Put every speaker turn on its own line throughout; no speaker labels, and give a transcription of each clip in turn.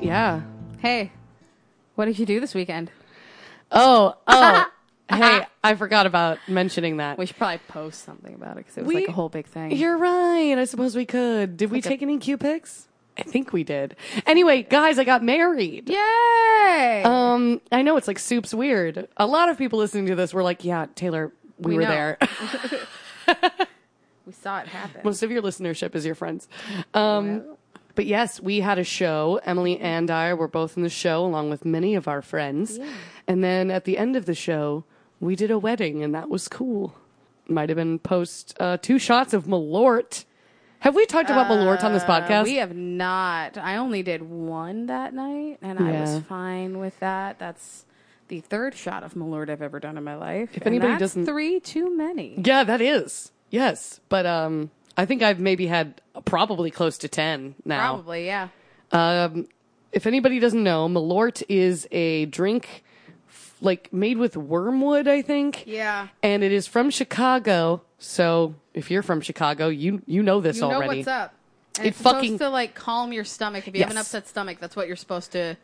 Yeah. Hey, what did you do this weekend?
Oh, oh. hey, I forgot about mentioning that.
We should probably post something about it because it was
We-
like a whole big thing.
You're right. I suppose we could. Did we
Like a-
take any Q pics? I think we did. Anyway, guys, I got married.
Yay!
Um, I know it's like soup's weird. A lot of people listening to this were like, "Yeah, Taylor, we,
We
were
know.
there."
we saw it happen.
Most of your listenership is your friends. Um, but yes, we had a show. Emily and I were both in the show along with many of our friends. And then at the end of the show, we did a wedding, and that was cool. Might have been post uh, two shots of Malort. Have we talked about Malort on this podcast?
Uh, We have not. I only did one that night, and I
Yeah.
was fine with that. That's the third shot of Malort I've ever done in my life. If
anybody
that's
doesn't-
three too many.
Yeah, that is. Yes. But um I think I've maybe had probably close to 10 now.
Probably, yeah.
Um if anybody doesn't know, Malort is a drink f- like made with wormwood, I think.
Yeah.
And it is from Chicago. So, if you're from Chicago, you you know this
You know
already.
what's up. And
It
it's supposed
fucking-
to like calm your stomach. If you have an
Yes.
upset stomach, that's what you're supposed to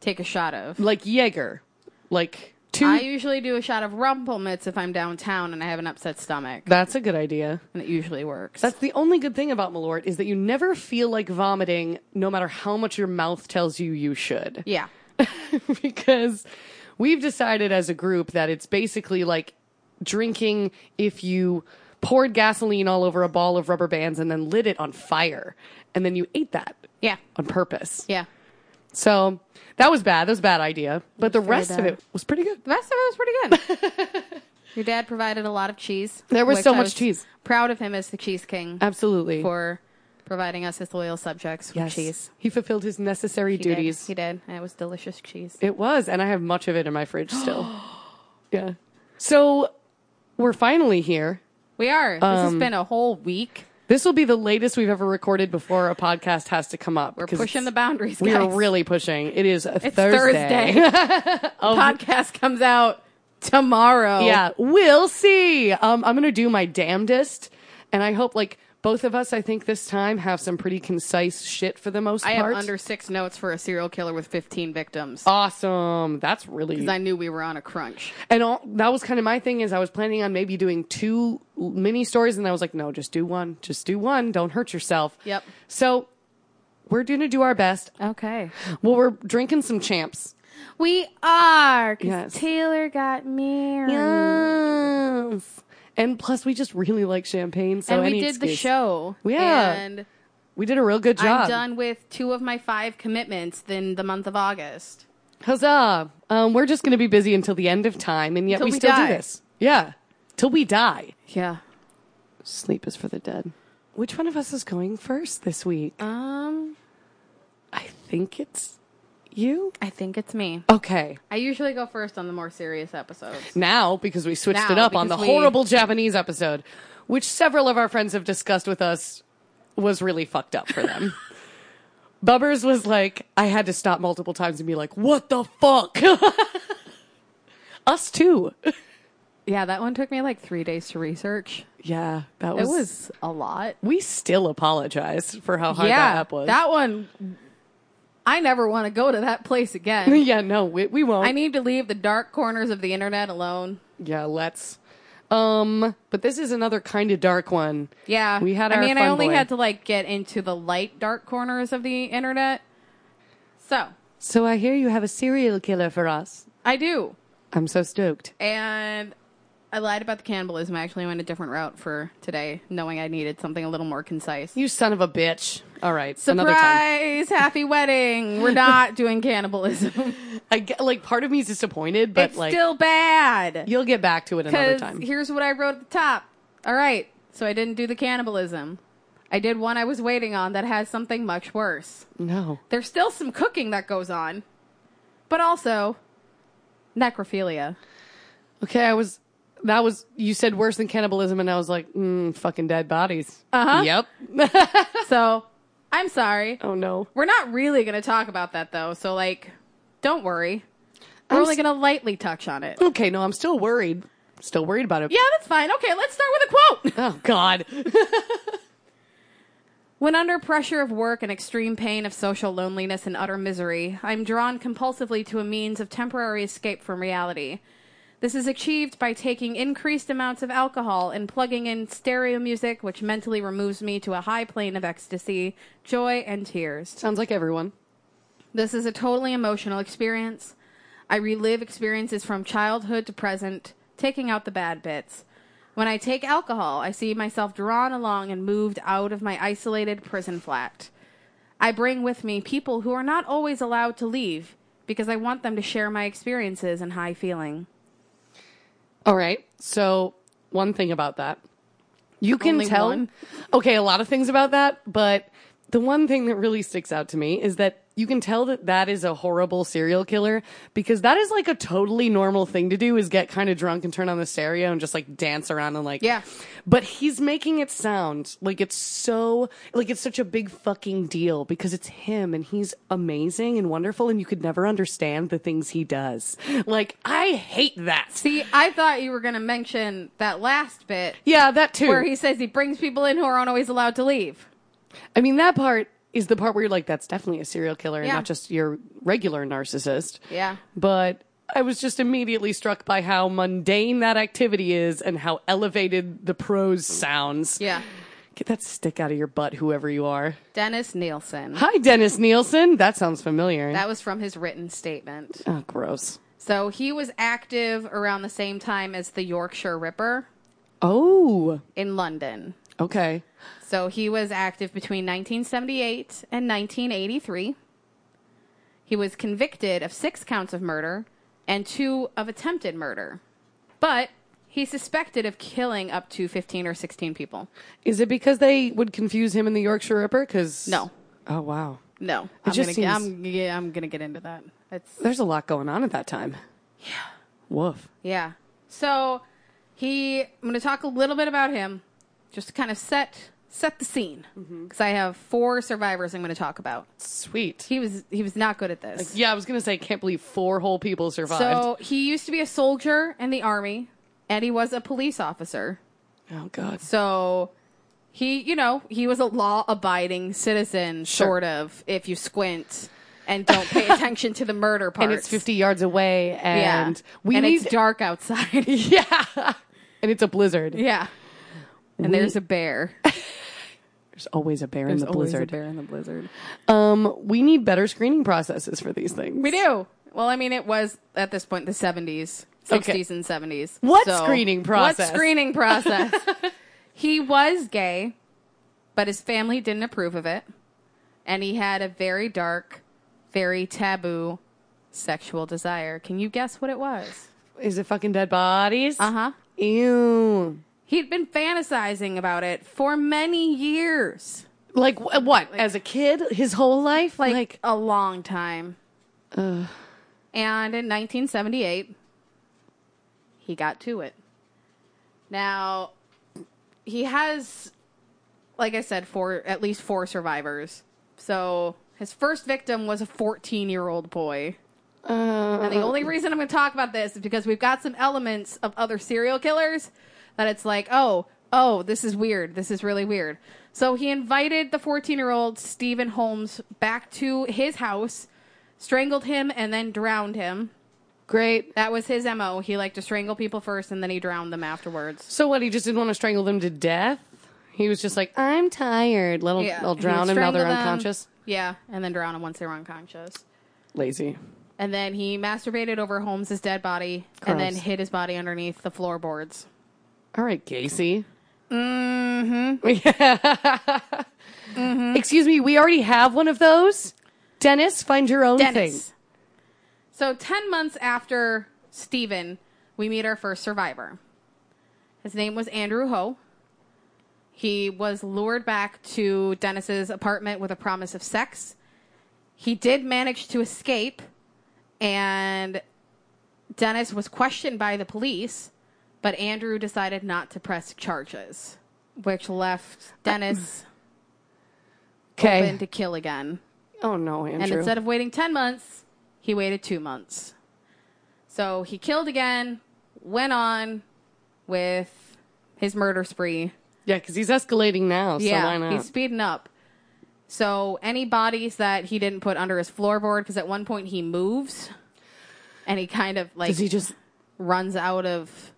take a shot of.
Like Jaeger. Like two
I usually do a shot of Rumpelmits if I'm downtown and I have an upset stomach,
That's a good idea.
and it usually works.
That's the only good thing about Malort is that you never feel like vomiting no matter how much your mouth tells you you should.
yeah.
because we've decided as a group that it's basically like drinking if you poured gasoline all over a ball of rubber bands and then lit it on fire and then you ate that
Yeah.
on purpose.
Yeah.
So that was bad. That was a bad idea. But the rest of
bad.
it was pretty good.
The rest of it was pretty good. Your dad provided a lot of cheese.
There was
which
so
I
much cheese.
Proud of him as the cheese king
Absolutely.
for providing us as loyal subjects with
Yes.
cheese.
He fulfilled his necessary
He did.
duties.
He did. And it was delicious cheese.
It was, and I have much of it in my fridge still. yeah. So we're finally here.
We are. This has been a whole week.
This will be the latest we've ever recorded before a podcast has to come up.
We're pushing the boundaries.
We are
guys.
really pushing. It is a
It's
Thursday.
Thursday. Podcast comes out tomorrow.
yeah, we'll see. Um, I'm going to do my damnedest, and I hope like both of us. I think this time have some pretty concise shit for the most
I have
part.
under six notes for a serial killer with 15 victims.
awesome. That's really
I knew we were on a crunch.
and all, that was kind of my thing is I was planning on maybe doing two mini stories, and I was like, no, just do one. Just do one. Don't hurt yourself.
Yep.
So we're going to do our best.
Okay.
Well, we're drinking some champs.
We are. 'cause
Yes.
Taylor got married.
Yes. And plus, we just really like champagne. So
and we
any
did the
excuse.
show.
Yeah.
And
We did a real good job.
I'm done with two of my five commitments in the month of August.
Huzzah! Um, we're just going to be busy until the end of time, and yet
Till
we,
we
still
die.
do this. Yeah, till we die.
Yeah.
Sleep is for the dead. Which one of us is going first this week?
Um,
I think it's you.
I think it's me.
Okay.
I usually go first on the more serious episodes.
Now, because we switched
Now,
it up on the
because we-
horrible Japanese episode, which several of our friends have discussed with us, was really fucked up for them. Bubbers was like, I had to stop multiple times and be like, what the fuck? us too.
Yeah, that one took me like three days to research.
Yeah, that
It was a lot.
We still apologized for how hard that app was.
that one. I never want to go to that place again.
yeah, no, we, we won't.
I need to leave the dark corners of the internet alone.
yeah, let's. Um, but this is another kind of dark one.
Yeah,
we had.
I
our
mean, I
fun
only
boy.
had to like get into the light dark corners of the internet. So
So I hear you have a serial killer for us.
I do,
I'm so stoked.
and I lied about the cannibalism. I actually went a different route for today, knowing I needed something a little more concise.
You son of a bitch. All right, another time.
Surprise! Happy wedding. We're not doing cannibalism.
I get, like part of me is disappointed, but
it's
like
still bad.
you'll get back to it another
Because
time.
here's what I wrote at the top. All right. So I didn't do the cannibalism. I did one I was waiting on that has something much worse.
no.
There's still some cooking that goes on, but also necrophilia.
Okay, I was. That was you said worse than cannibalism, and I was like, mm, fucking dead bodies. Uh huh. Yep.
so I'm sorry.
Oh no.
We're not really going to talk about that though. So, like, don't worry. We're
I'm
only
s-
going to lightly touch on it.
Okay, no, I'm still worried. Still worried about it.
Yeah, that's fine. Okay, let's start with a quote.
Oh God.
When under pressure of work and extreme pain of social loneliness and utter misery, I am drawn compulsively to a means of temporary escape from reality. This is achieved by taking increased amounts of alcohol and plugging in stereo music, which mentally removes me to a high plane of ecstasy, joy, and tears.
Sounds like everyone.
This is a totally emotional experience. I relive experiences from childhood to present, taking out the bad bits. When I take alcohol, I see myself drawn along and moved out of my isolated prison flat. I bring with me people who are not always allowed to leave because I want them to share my experiences and high feeling.
All right. So one thing about that, you can
Only
tell.
one?
Okay, a lot of things about that, but the one thing that really sticks out to me is that you can tell that that is a horrible serial killer because that is like a totally normal thing to do is get kind of drunk and turn on the stereo and just like dance around and like
Yeah.
but he's making it sound like it's so like it's such a big fucking deal because it's him and he's amazing and wonderful and you could never understand the things he does like i hate that
See, I thought you were going to mention that last bit
Yeah, that too.
where he says he brings people in who aren't always allowed to leave.
I mean, that part is the part where you're like, that's definitely a serial killer and
Yeah.
not just your regular narcissist.
Yeah.
But I was just immediately struck by how mundane that activity is and how elevated the prose sounds.
Yeah.
Get that stick out of your butt, whoever you are.
Dennis Nielsen.
Hi, Dennis Nielsen. That sounds familiar.
That was from his written statement.
oh, gross.
So he was active around the same time as the Yorkshire Ripper
Oh,
in London.
okay.
So he was active between 1978 and 1983. He was convicted of six counts of murder and two of attempted murder. But he's suspected of killing up to 15 or 16 people.
Is it because they would confuse him and the Yorkshire Ripper? Because
No.
Oh wow.
No, I'm gonna,
just seems-
I'm, yeah, I'm gonna get into that. It's
There's a lot going on at that time. Yeah. Woof.
Yeah. So he, I'm going to talk a little bit about him, just to kind of set set the scene, because
Mm-hmm.
I have four survivors I'm going to talk about.
Sweet.
He was he was not good at this.
Yeah, I was gonna say, can't believe four whole people survived.
so he used to be a soldier in the army, and he was a police officer.
oh god.
So he, you know, he was a law-abiding citizen,
Sure.
sort of, if you squint and don't pay attention to the murder part.
And it's fifty yards away,
Yeah.
and we
and
need
it's dark outside.
yeah, and it's a blizzard.
yeah. And there's a bear.
There's always a bear in the blizzard.
bear in the blizzard.
Um, we need better screening processes for these things.
We do. Well, I mean, it was at this point the 70s, 60s,
Okay.
and 70s.
What screening process?
What screening process? he was gay, but his family didn't approve of it. And he had a very dark, very taboo sexual desire. Can you guess what it was?
Is it fucking dead bodies?
Uh huh.
Ew.
He'd been fantasizing about it for many years,
Like wh- what? As a kid, his whole life.
like, a long time. And in 1978, he got to it. Now, he has, like I said, four at least four survivors. So his first victim was a 14 year old boy.
uh,
And the only reason I'm going to talk about this is because we've got some elements of other serial killers that it's like, oh, oh, this is weird. This is really weird. So he invited the 14 year old Stephen Holmes back to his house, strangled him, and then drowned him.
great.
That was his MO. He liked to strangle people first and then he drowned them afterwards.
So what? He just didn't want to strangle them to death. He was just like, I'm tired. Let 'em- I'll
He'd
drown him now
strangle
they're
them.
unconscious.
Yeah, and then drown them once they were unconscious.
Lazy.
And then he masturbated over Holmes's dead body and then
Gross.
hid his body underneath the floorboards.
All right, Gacy. Mm-hmm. Yeah.
Mm-hmm.
Excuse me, we already have one of those. Dennis, find your own
Dennis. So, 10 months after Steven, we meet our first survivor. His name was Andrew Ho. He was lured back to Dennis's apartment with a promise of sex. He did manage to escape, and Dennis was questioned by the police, but Andrew decided not to press charges, which left Dennis
thing.
open to
Okay.
kill again.
Oh no,
And
Andrew.
instead of waiting 10 months, he waited two months. So he killed again, went on with his murder spree.
yeah, because he's escalating now. So why
yeah,
not?
he's speeding up. So any bodies that he didn't put under his floorboard, because at one point he moves, and he kind of like
Does he just
runs out of.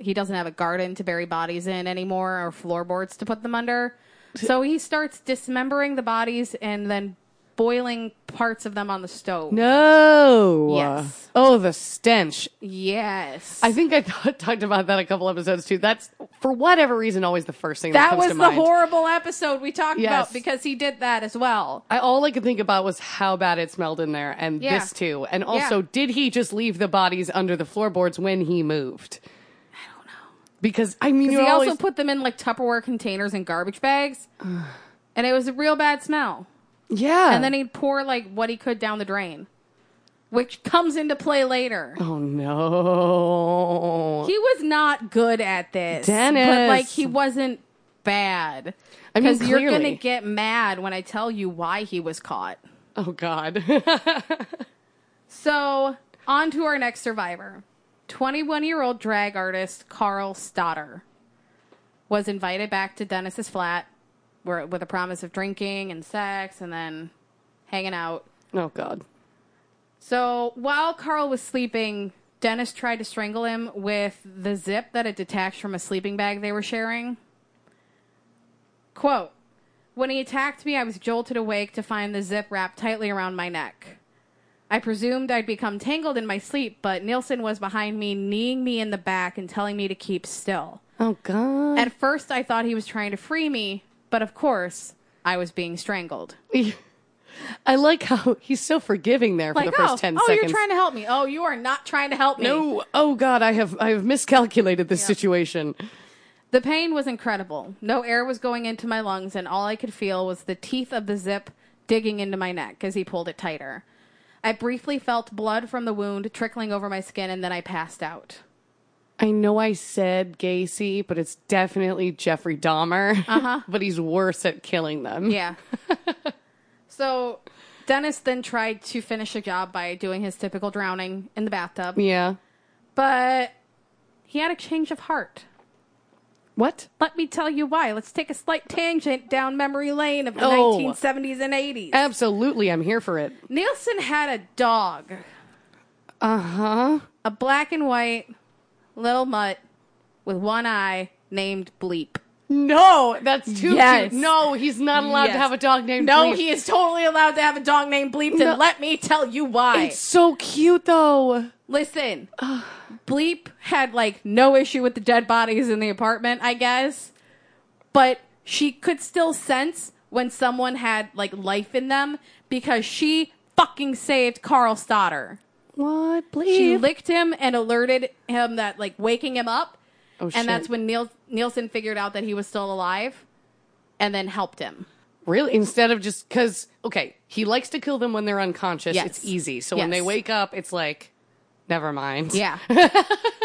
He doesn't have a garden to bury bodies in anymore, or floorboards to put them under. So he starts dismembering the bodies and then boiling parts of them on the stove.
no?
Yes.
Oh, the stench.
Yes,
I think I th- talked about that a couple episodes too. That's for whatever reason always the first thing
that
that, comes
was
to
the
mind.
horrible episode we talked
Yes.
about because he did that as well.
I, all I could think about was how bad it smelled in there, and
Yeah.
this too. And also, did he just leave the bodies under the floorboards when he moved? I don't know. Because I mean,
He
you always
also put them in like Tupperware containers and garbage bags, and it was a real bad smell.
yeah,
And then he'd pour like what he could down the drain, which comes into play later.
oh no.
He was not good at this, but
Dennis.
like he wasn't bad.
I mean,
Because you're gonna
clearly.
get mad when I tell you why he was caught.
oh god.
So, on to our next survivor. 21 year old drag artist Carl Stoddard was invited back to Dennis's flat where, with a promise of drinking and sex and then hanging out.
oh god.
So, while Carl was sleeping, Dennis tried to strangle him with the zip that had detached from a sleeping bag they were sharing. Quote When he attacked me, I was jolted awake to find the zip wrapped tightly around my neck. I presumed I'd become tangled in my sleep, but Nielsen was behind me, kneeing me in the back and telling me to keep still.
Oh god.
At first, I thought he was trying to free me, but of course, I was being strangled.
I like how he's so forgiving there for
Like,
the first
oh,
ten
oh,
seconds.
you're trying to help me. Oh, you are not trying to help me.
no, oh god, I have I have miscalculated this situation.
The pain was incredible. No air was going into my lungs, and all I could feel was the teeth of the zip digging into my neck as he pulled it tighter. I briefly felt blood from the wound trickling over my skin, and then I passed out.
I know I said Gacy, but it's definitely Jeffrey Dahmer. Uh-huh. but he's worse at killing them.
Yeah. so Dennis then tried to finish the job by doing his typical drowning in the bathtub,
Yeah.
but he had a change of heart.
What?
Let me tell you why. Let's take a slight tangent down memory lane of the
Oh.
1970s and 80s.
Absolutely, I'm here for it.
Nielsen had a dog. Uh huh. A black and white little mutt with one eye named Bleep.
No, that's too
Yes.
cute. No, he's not allowed
Yes.
to have a dog named
No,
Bleep.
he is totally allowed to have a dog named Bleep, and
No.
let me tell you why.
It's so cute though.
Listen, Bleep had like no issue with the dead bodies in the apartment, I guess, but she could still sense when someone had like life in them because she fucking saved Carl Stoddard.
What? Bleep.
She licked him and alerted him that like waking him up.
Oh,
and
shit.
that's when Niels- Nielsen figured out that he was still alive and then helped him.
Really? Instead of just because, okay, he likes to kill them when they're unconscious.
Yes.
It's easy. So when
Yes.
they wake up, it's like, never mind.
Yeah.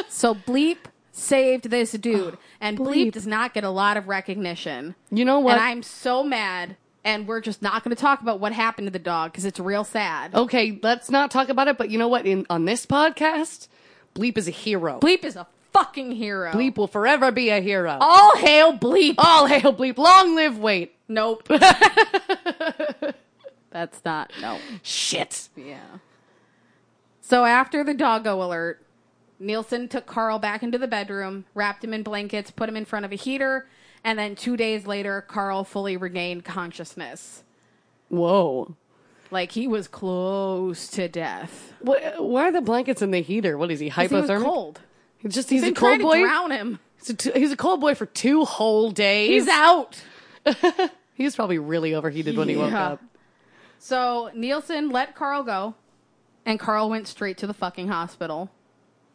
so Bleep saved this dude and Bleep.
Bleep.
does not get a lot of recognition.
You know what?
And I'm so mad and we're just not going to talk about what happened to the dog cuz it's real sad.
okay, let's not talk about it. But you know what? In on this podcast, Bleep is a hero.
Bleep is a fucking hero.
Bleep will forever be a hero.
All hail Bleep.
All hail Bleep. Long live Wait.
Nope. That's not. No.
Shit.
Yeah. So after the doggo alert, Nielsen took Carl back into the bedroom, wrapped him in blankets, put him in front of a heater, and then two days later, Carl fully regained consciousness.
Whoa.
Like he was close to death.
What, why are the blankets in the heater? What is he
'Cause He was
hypothermic?
cold.
It's just he's,
They
a cold
tried to
boy.
drown him.
He's a, t- he's a cold boy for two whole days.
He's out.
he was probably really overheated when he woke
Yeah.
up.
So Nielsen let Carl go, and Carl went straight to the fucking hospital,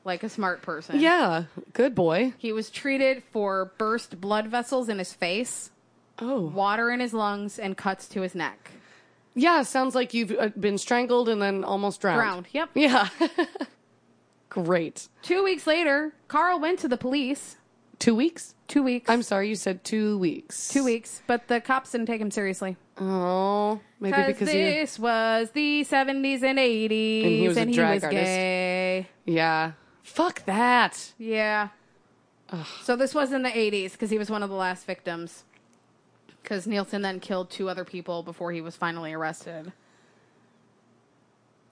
like a smart person.
Yeah, good boy.
He was treated for burst blood vessels in his face.
Oh,
water in his lungs and cuts to his neck.
yeah. Sounds like you've uh, been strangled and then almost drowned.
Drowned. Yep.
Yeah. Great.
Two weeks later, Carl went to the police.
Two weeks.
Two weeks.
I'm sorry, you said two weeks.
two weeks, but the cops didn't take him seriously.
Oh, maybe because he.
this was the 70s and 80s,
And he was a drag artist.
gay.
Yeah. Fuck that.
Yeah. So this was in the 80s because he was one of the last victims. because Nielsen then killed two other people before he was finally arrested.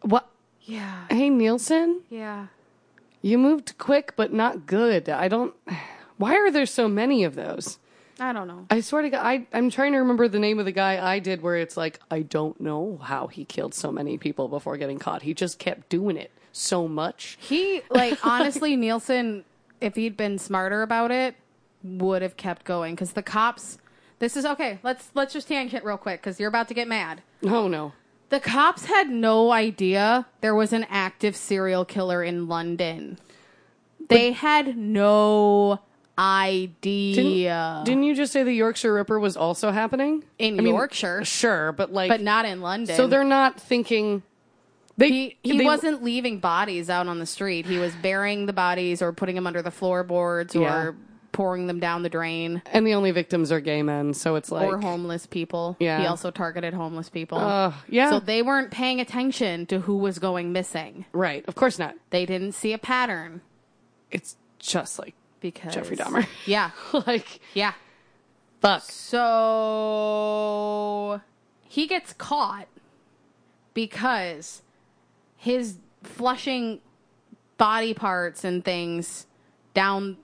What?
Yeah.
Hey, Nielsen,
Yeah.
you moved quick, but not good. I don't. Why are there so many of those?
I don't know.
I swear to God, I, I'm trying to remember the name of the guy I did where it's like, I don't know how he killed so many people before getting caught. He just kept doing it so much.
He like honestly, Nielsen, if he'd been smarter about it, would have kept going because the cops. This is okay. Let's let's just tangent real quick because you're about to get mad.
Oh, no.
The cops had no idea there was an active serial killer in London. They had no idea
Didn't you just say the Yorkshire Ripper was also happening?
in
I mean,
Yorkshire,
Sure, but like.
but not in London.
so they're not thinking. They,
he, he
they-
wasn't leaving bodies out on the street. He was burying the bodies or putting them under the floorboards
Yeah.
or pouring them down the drain
And the only victims are gay men, so it's like.
or homeless people.
Yeah.
He also targeted homeless people.
Uh, yeah.
So they weren't paying attention to who was going missing.
right. Of course not.
They didn't see a pattern
It's just like.
because
Jeffrey Dahmer.
Yeah.
like,
Yeah.
fuck.
So he gets caught because his flushing body parts and things down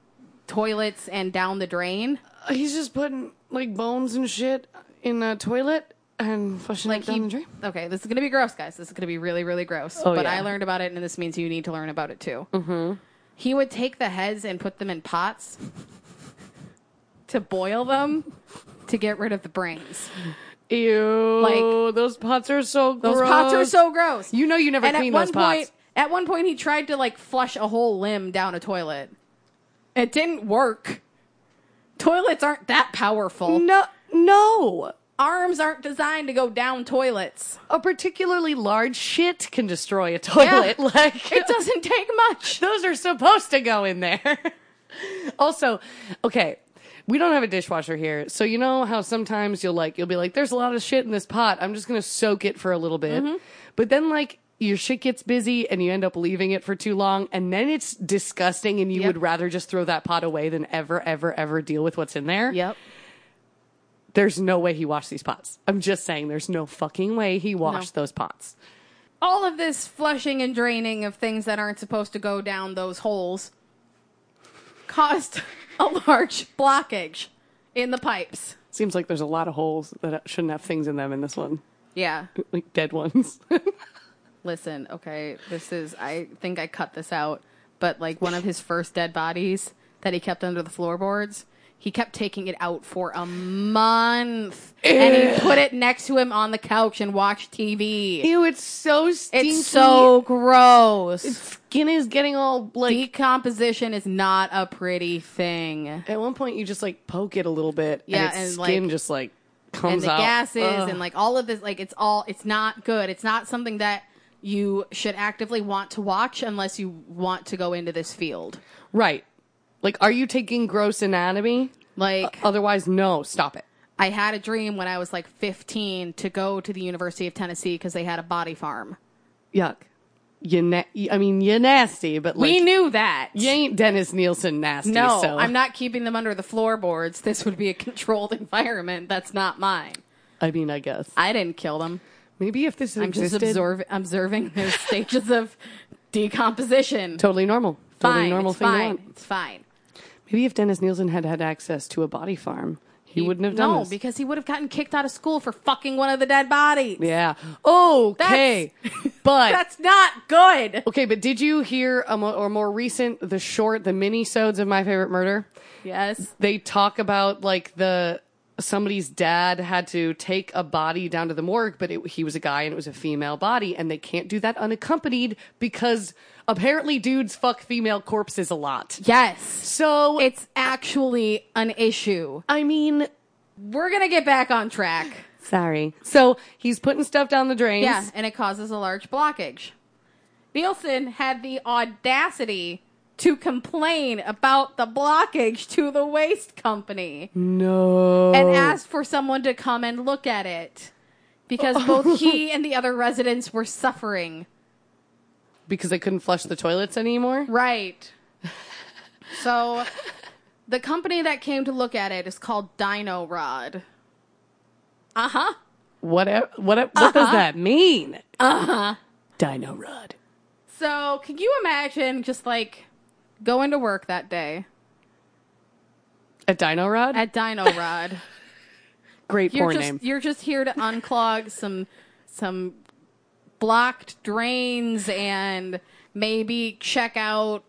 toilets and down the drain.
He's just putting like bones and shit in a toilet and flushing
Like
it down
he,
the drain.
okay, this is gonna be gross, guys. This is gonna be really, really gross.
Oh,
but
yeah.
I learned about it, and this means you need to learn about it too. Mm-hmm. He would take the heads and put them in pots to boil them to get rid of the brains.
Ew!
Like-
those pots are so
Those pots are so gross.
You know you never
and at
clean
one
those pots.
point, at one point, he tried to like flush a whole limb down a toilet. It didn't work. Toilets aren't that powerful.
No, no.
Arms aren't designed to go down toilets.
A particularly large shit can destroy a toilet.
Yeah.
Like
It doesn't take much.
those are supposed to go in there. also, okay, we don't have a dishwasher here, so you know how sometimes you'll like you'll be like, "There's a lot of shit in this pot. I'm just gonna soak it for a little bit,"
Mm-hmm.
but then like. Your shit gets busy and you end up leaving it for too long, and then it's disgusting, and you
Yep.
would rather just throw that pot away than ever, ever, ever deal with what's in there.
Yep.
There's no way he washed these pots. I'm just saying, there's no fucking way he washed those pots.
All of this flushing and draining of things that aren't supposed to go down those holes caused a large blockage in the pipes.
Seems like there's a lot of holes that shouldn't have things in them in this one,
Yeah.
like dead ones.
Listen, okay, this is, I think I cut this out, but like one of his first dead bodies that he kept under the floorboards, he kept taking it out for a month and he put it next to him on the couch and watched TV.
Ew, it's so stinky.
It's so gross.
skin is getting all like.
Decomposition is not a pretty thing.
At one point, you just like poke it a little bit,
Yeah,
and its
and,
skin
like-
just like
And
comes
the
out. Uh,
gases
Ugh.
and like all of this, like it's all, it's not good. It's not something that you should actively want to watch unless you want to go into this field.
right, like are you taking gross anatomy?
Like,
Otherwise, no, stop it.
I had a dream when I was like 15 to go to the University of Tennessee because they had a body farm.
Yuck. You, na- I mean, you nasty, but like
we knew that.
you ain't Dennis Nielsen nasty.
no,
so.
I'm not keeping them under the floorboards. This would be a controlled environment. That's not mine.
I mean, I guess
I didn't kill them.
maybe if this
I'm just
existed,
observ- observing their stages of decomposition.
totally normal,
fine.
totally normal
it's
thing. to
fine.
want.
It's fine.
Maybe if Dennis Nielsen had had access to a body farm, he, wouldn't have done
No,
this.
because he would have gotten kicked out of school for fucking one of the dead bodies.
yeah. Okay. but
That's not good.
Okay, but did you hear a mo- or more recent the short the mini sodes of My Favorite Murder?
Yes.
They talk about like the somebody's dad had to take a body down to the morgue, but it, he was a guy and it was a female body, and they can't do that unaccompanied because apparently dudes fuck female corpses a lot.
Yes.
So
It's actually an issue.
I mean,
We're gonna get back on track.
sorry. So he's putting stuff down the drains.
Yeah, and it causes a large blockage. Nielsen had the audacity to complain about the blockage to the waste company
No.
and asked for someone to come and look at it because both he and the other residents were suffering.
because they couldn't flush the toilets anymore.
Right. So the company that came to look at it is called Dino Rod. Uh huh.
What, what, what does
Uh-huh.
that mean? Uh huh. Dino Rod.
So, can you imagine just like going to work that day
A Dino Rod?
at Dino Rod?
Great
you're
porn
just
name.
you're just here to unclog some some blocked drains and maybe check out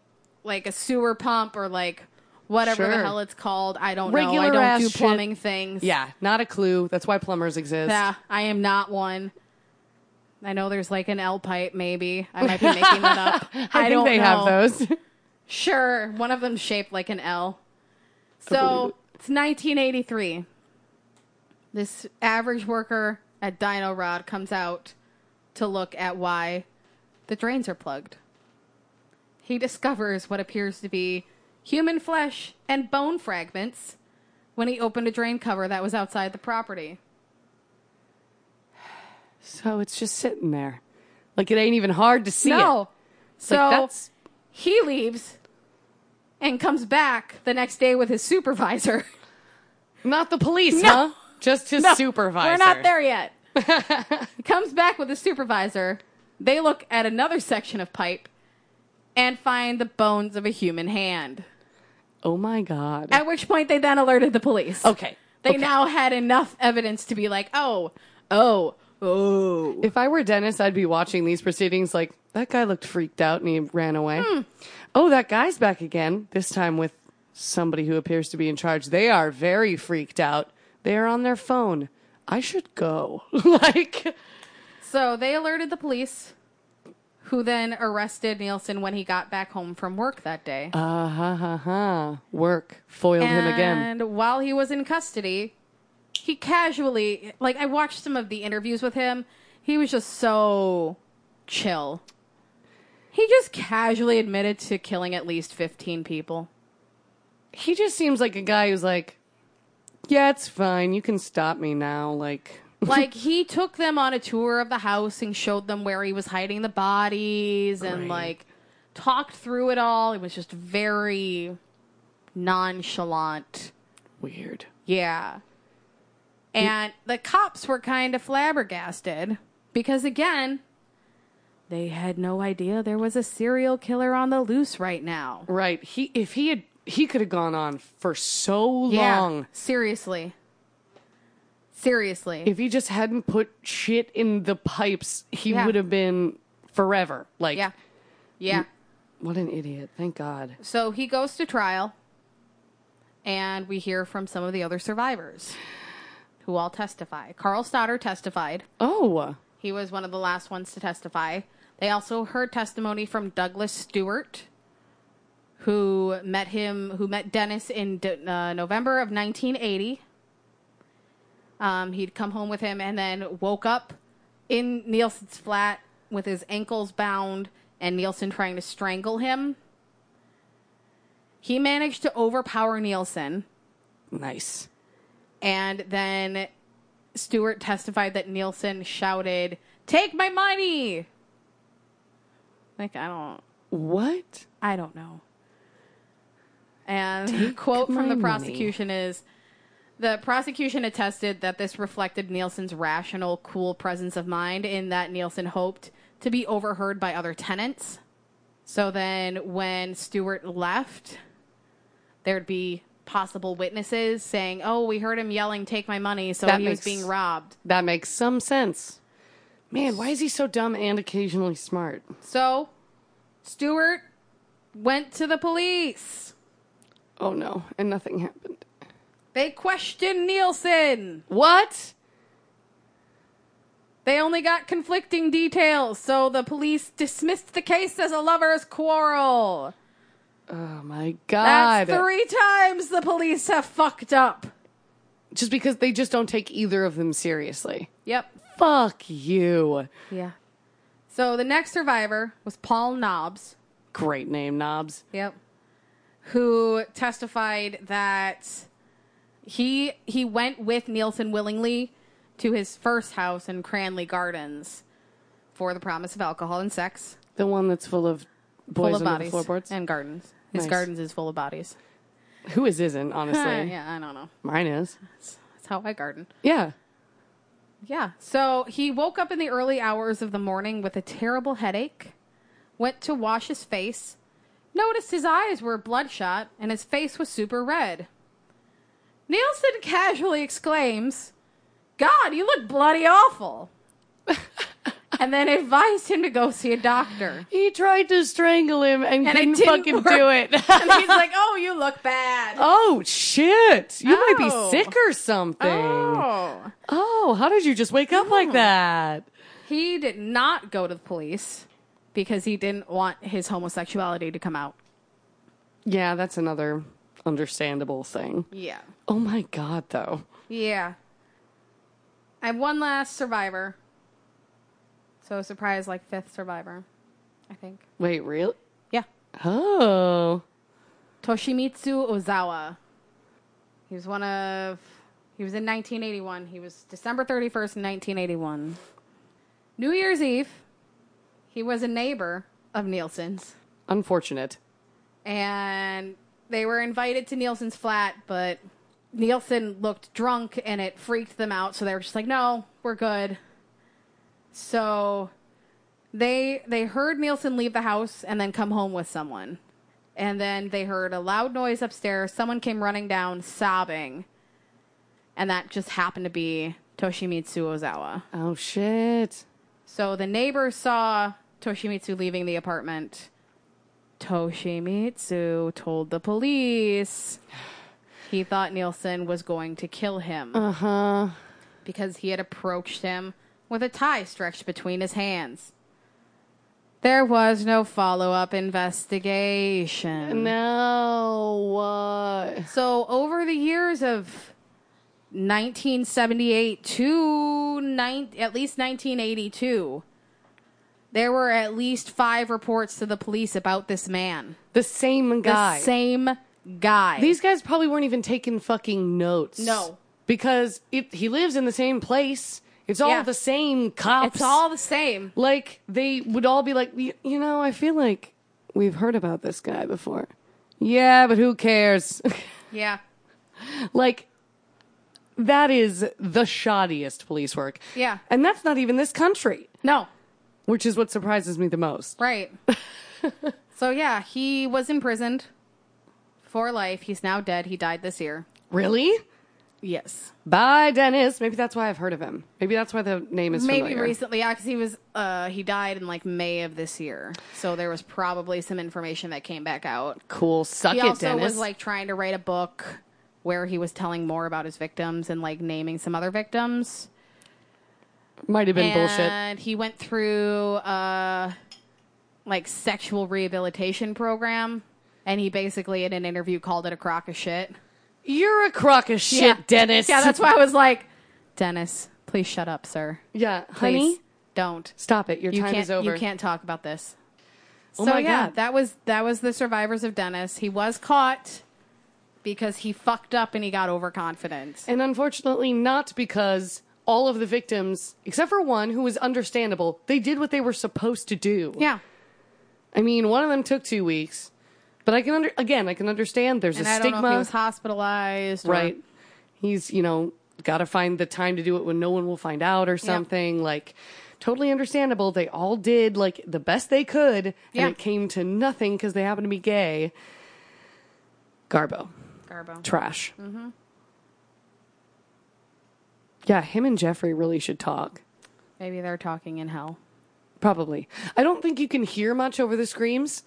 like a sewer pump or like whatever the
Sure.
hell it's called. I don't know. I
Regular
don't
ass
do
shit.
plumbing things.
Yeah, not a clue. That's why plumbers exist.
Yeah, I am not one. I know there's like an L pipe, maybe. I might be making that up. I,
I, think
don't
they
know.
have those.
Sure, one of them's shaped like an L. So it's 1983. This average worker at Dino Rod comes out to look at why the drains are plugged. He discovers what appears to be human flesh and bone fragments when he opened a drain cover that was outside the property.
so it's just sitting there. Like it ain't even hard to see
no.
it.
So
like, that's
he leaves and comes back the next day with his supervisor.
not the police,
No.
huh? Just his
No,
supervisor.
We're not there yet. he comes back with the supervisor. They look at another section of pipe and find the bones of a human hand.
Oh my god.
At which point they then alerted the police.
okay.
They
okay.
now had enough evidence to be like, oh, oh, oh.
If I were Dennis, I'd be watching these proceedings like that guy looked freaked out and he ran away. Oh, that guy's back again, this time with somebody who appears to be in charge. They are very freaked out. They are on their phone. I should go. like
So they alerted the police, who then arrested Nielsen when he got back home from work that day.
Ah ha ha ha. Work foiled
and
him again.
while he was in custody, he casually, like, I watched some of the interviews with him. He was just so chill. He just casually admitted to killing at least 15 people.
He just seems like a guy who's like, yeah, it's fine. You can stop me now. Like,
Like, he took them on a tour of the house and showed them where he was hiding the bodies and,
Great.
like, talked through it all. It was just very nonchalant.
weird.
Yeah. And the cops were kind of flabbergasted because, again, they had no idea there was a serial killer on the loose right now.
Right. He, if he had, he could have gone on for so long.
Seriously. Seriously.
If he just hadn't put shit in the pipes, he
Yeah.
would have been forever. Like,
yeah. Yeah.
what an idiot. Thank God.
So he goes to trial, and we hear from some of the other survivors who all testify. Carl Stoddard testified.
Oh,
He was one of the last ones to testify. They also heard testimony from Douglas Stewart, who met him, who met Dennis in D- uh, November of 1980. Um, he'd come home with him and then woke up in Nielsen's flat with his ankles bound and Nielsen trying to strangle him. He managed to overpower Nielsen.
nice.
And then Stewart testified that Nielsen shouted, "Take my money!" Like I don't,
What?
I don't know. And the quote
my
from the
money.
prosecution is. The prosecution attested that this reflected Nielsen's rational, cool presence of mind, in that Nielsen hoped to be overheard by other tenants. So then, when Stewart left, there'd be possible witnesses saying, "Oh, we heard him yelling, take my money," so
That
he was
makes-
being robbed.
That makes some sense. Man, why is he so dumb and occasionally smart?
So Stewart went to the police.
Oh no, and nothing happened.
They questioned Nielsen.
What?
They only got conflicting details, so the police dismissed the case as a lover's quarrel.
Oh my god.
That's three times the police have fucked up.
Just because they just don't take either of them seriously.
Yep.
Fuck you.
Yeah. So the next survivor was Paul Knobs.
Great name, Knobs.
Yep. Who testified that he he went with Nielsen willingly to his first house in Cranley Gardens for the promise of alcohol and sex,
The one that's full of boys
full of
under
bodies
the floorboards.
and gardens. His
Nice.
gardens is full of bodies.
Who is isn't, honestly?
yeah, I don't know.
Mine is.
That's how I garden.
Yeah.
Yeah. So he woke up in the early hours of the morning with a terrible headache, went to wash his face, noticed his eyes were bloodshot, and his face was super red. Nielsen casually exclaims, God, you look bloody awful. and then advised him to go see a doctor.
He tried to strangle him
And
and,
it
couldn't
didn't
fucking
work.
do it.
And he's like, Oh, you look bad.
oh shit! You might
Oh.
be sick or something. Oh.
Oh.
how did you just wake up like that?
He did not go to the police because he didn't want his homosexuality to come out.
Yeah, that's another understandable thing.
Yeah.
Oh my god, though.
Yeah. I have one last survivor. So surprise like fifth survivor, I think.
Wait, real?
Yeah.
Oh,
Toshimitsu Ozawa. He was one of he was in 1981. He was December 31st, 1981. New Year's Eve, he was a neighbor of Nielsen's.
unfortunate.
and they were invited to Nielsen's flat, but Nielsen looked drunk and it freaked them out, so they were just like, "No, we're good." So they they heard Nielsen leave the house and then come home with someone. And then they heard a loud noise upstairs. Someone came running down sobbing. And that just happened to be Toshimitsu Ozawa.
Oh shit.
So the neighbor saw Toshimitsu leaving the apartment. Toshimitsu told the police he thought Nielsen was going to kill him
Uh huh.
because he had approached him with a tie stretched between his hands. There was no follow up investigation.
No. Uh,
So over the years of 1978 to nine, at least 1982, there were at least five reports to the police about this man,
the same
the
guy.
same guy.
These guys probably weren't even taking fucking notes.
No.
Because it, he lives in the same place. It's all
Yeah.
the same cops.
it's all the same.
like they would all be like, "Y- you know, I feel like we've heard about this guy before. Yeah, but who cares?
Yeah,
like that is the shoddiest police work.
Yeah.
And that's not even this country,
no,
which is what surprises me the most.
right. so yeah, he was imprisoned for life. He's now dead. He died this year.
Really?
Yes,
Bye, Dennis. Maybe that's why I've heard of him. Maybe that's why the name is
maybe
familiar.
recently. Yeah, because he was uh, he died in like May of this year. So there was probably some information that came back out.
Cool. Suck
he
it,
also
Dennis.
was like trying to write a book where he was telling more about his victims and like naming some other victims.
Might have been bullshit.
And he went through uh like sexual rehabilitation program and he basically in an interview called it a crock of shit.
You're a crock of shit,
Yeah.
Dennis.
Yeah, that's why I was like, Dennis, please shut up, sir.
Yeah,
Please
honey,
don't.
stop it. Your
You
time
can't
is over.
you can't talk about this.
Oh
so
my
yeah,
God.
that was that was the survivors of Dennis. He was caught because he fucked up and he got overconfident.
And unfortunately, not because all of the victims, except for one who was understandable, they did what they were supposed to do.
Yeah.
I mean, one of them took two weeks, but I can under again, I can understand. There's
And
a
I don't
stigma,
know if he was hospitalized. or-
right? He's you know got to find the time to do it when no one will find out or something. Like totally understandable. They all did like the best they could, and
Yeah.
it came to nothing because they happened to be gay. Garbo.
Garbo.
trash.
Mm-hmm.
Yeah, him and Jeffrey really should talk.
Maybe they're talking in hell.
Probably. I don't think you can hear much over the screams,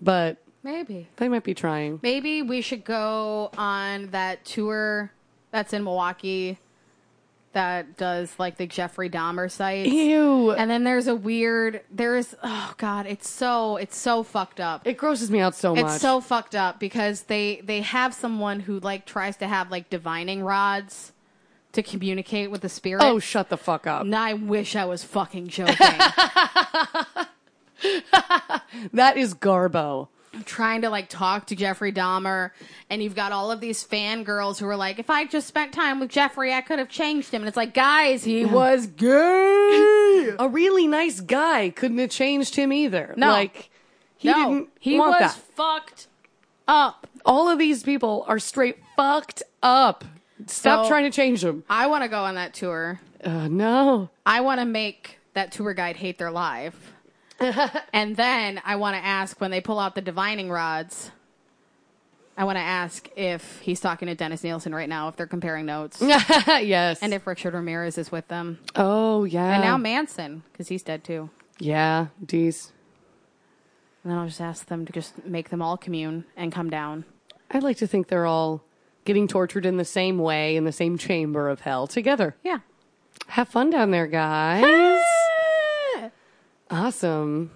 but
Maybe.
they might be trying.
Maybe we should go on that tour that's in Milwaukee that does like the Jeffrey Dahmer site.
Ew.
And then there's a weird there's oh god, it's so it's so fucked up.
it grosses me out so much.
It's so fucked up because they they have someone who like tries to have like divining rods to communicate with the spirit.
oh, shut the fuck up.
and I wish I was fucking joking.
That is Garbo.
trying to like talk to Jeffrey Dahmer, and you've got all of these fangirls who are like, if I just spent time with Jeffrey, I could have changed him. And it's like, guys, he was gay.
A really nice guy couldn't have changed him either.
No.
Like, he
no,
didn't
he
want
was
that.
fucked up.
All of these people are straight fucked up. Stop
So-
trying to change them.
I want to go on that tour.
Uh, no.
I want to make that tour guide hate their life. and then I want to ask when they pull out the divining rods, I want to ask if he's talking to Dennis Nielsen right now, if they're comparing notes,
yes.
and if Richard Ramirez is with them.
oh yeah.
And now Manson, because he's dead too.
yeah. D's.
And then I'll just ask them to just make them all commune and come down.
I like to think they're all getting tortured in the same way in the same chamber of hell together.
Yeah.
Have fun down there, guys. awesome.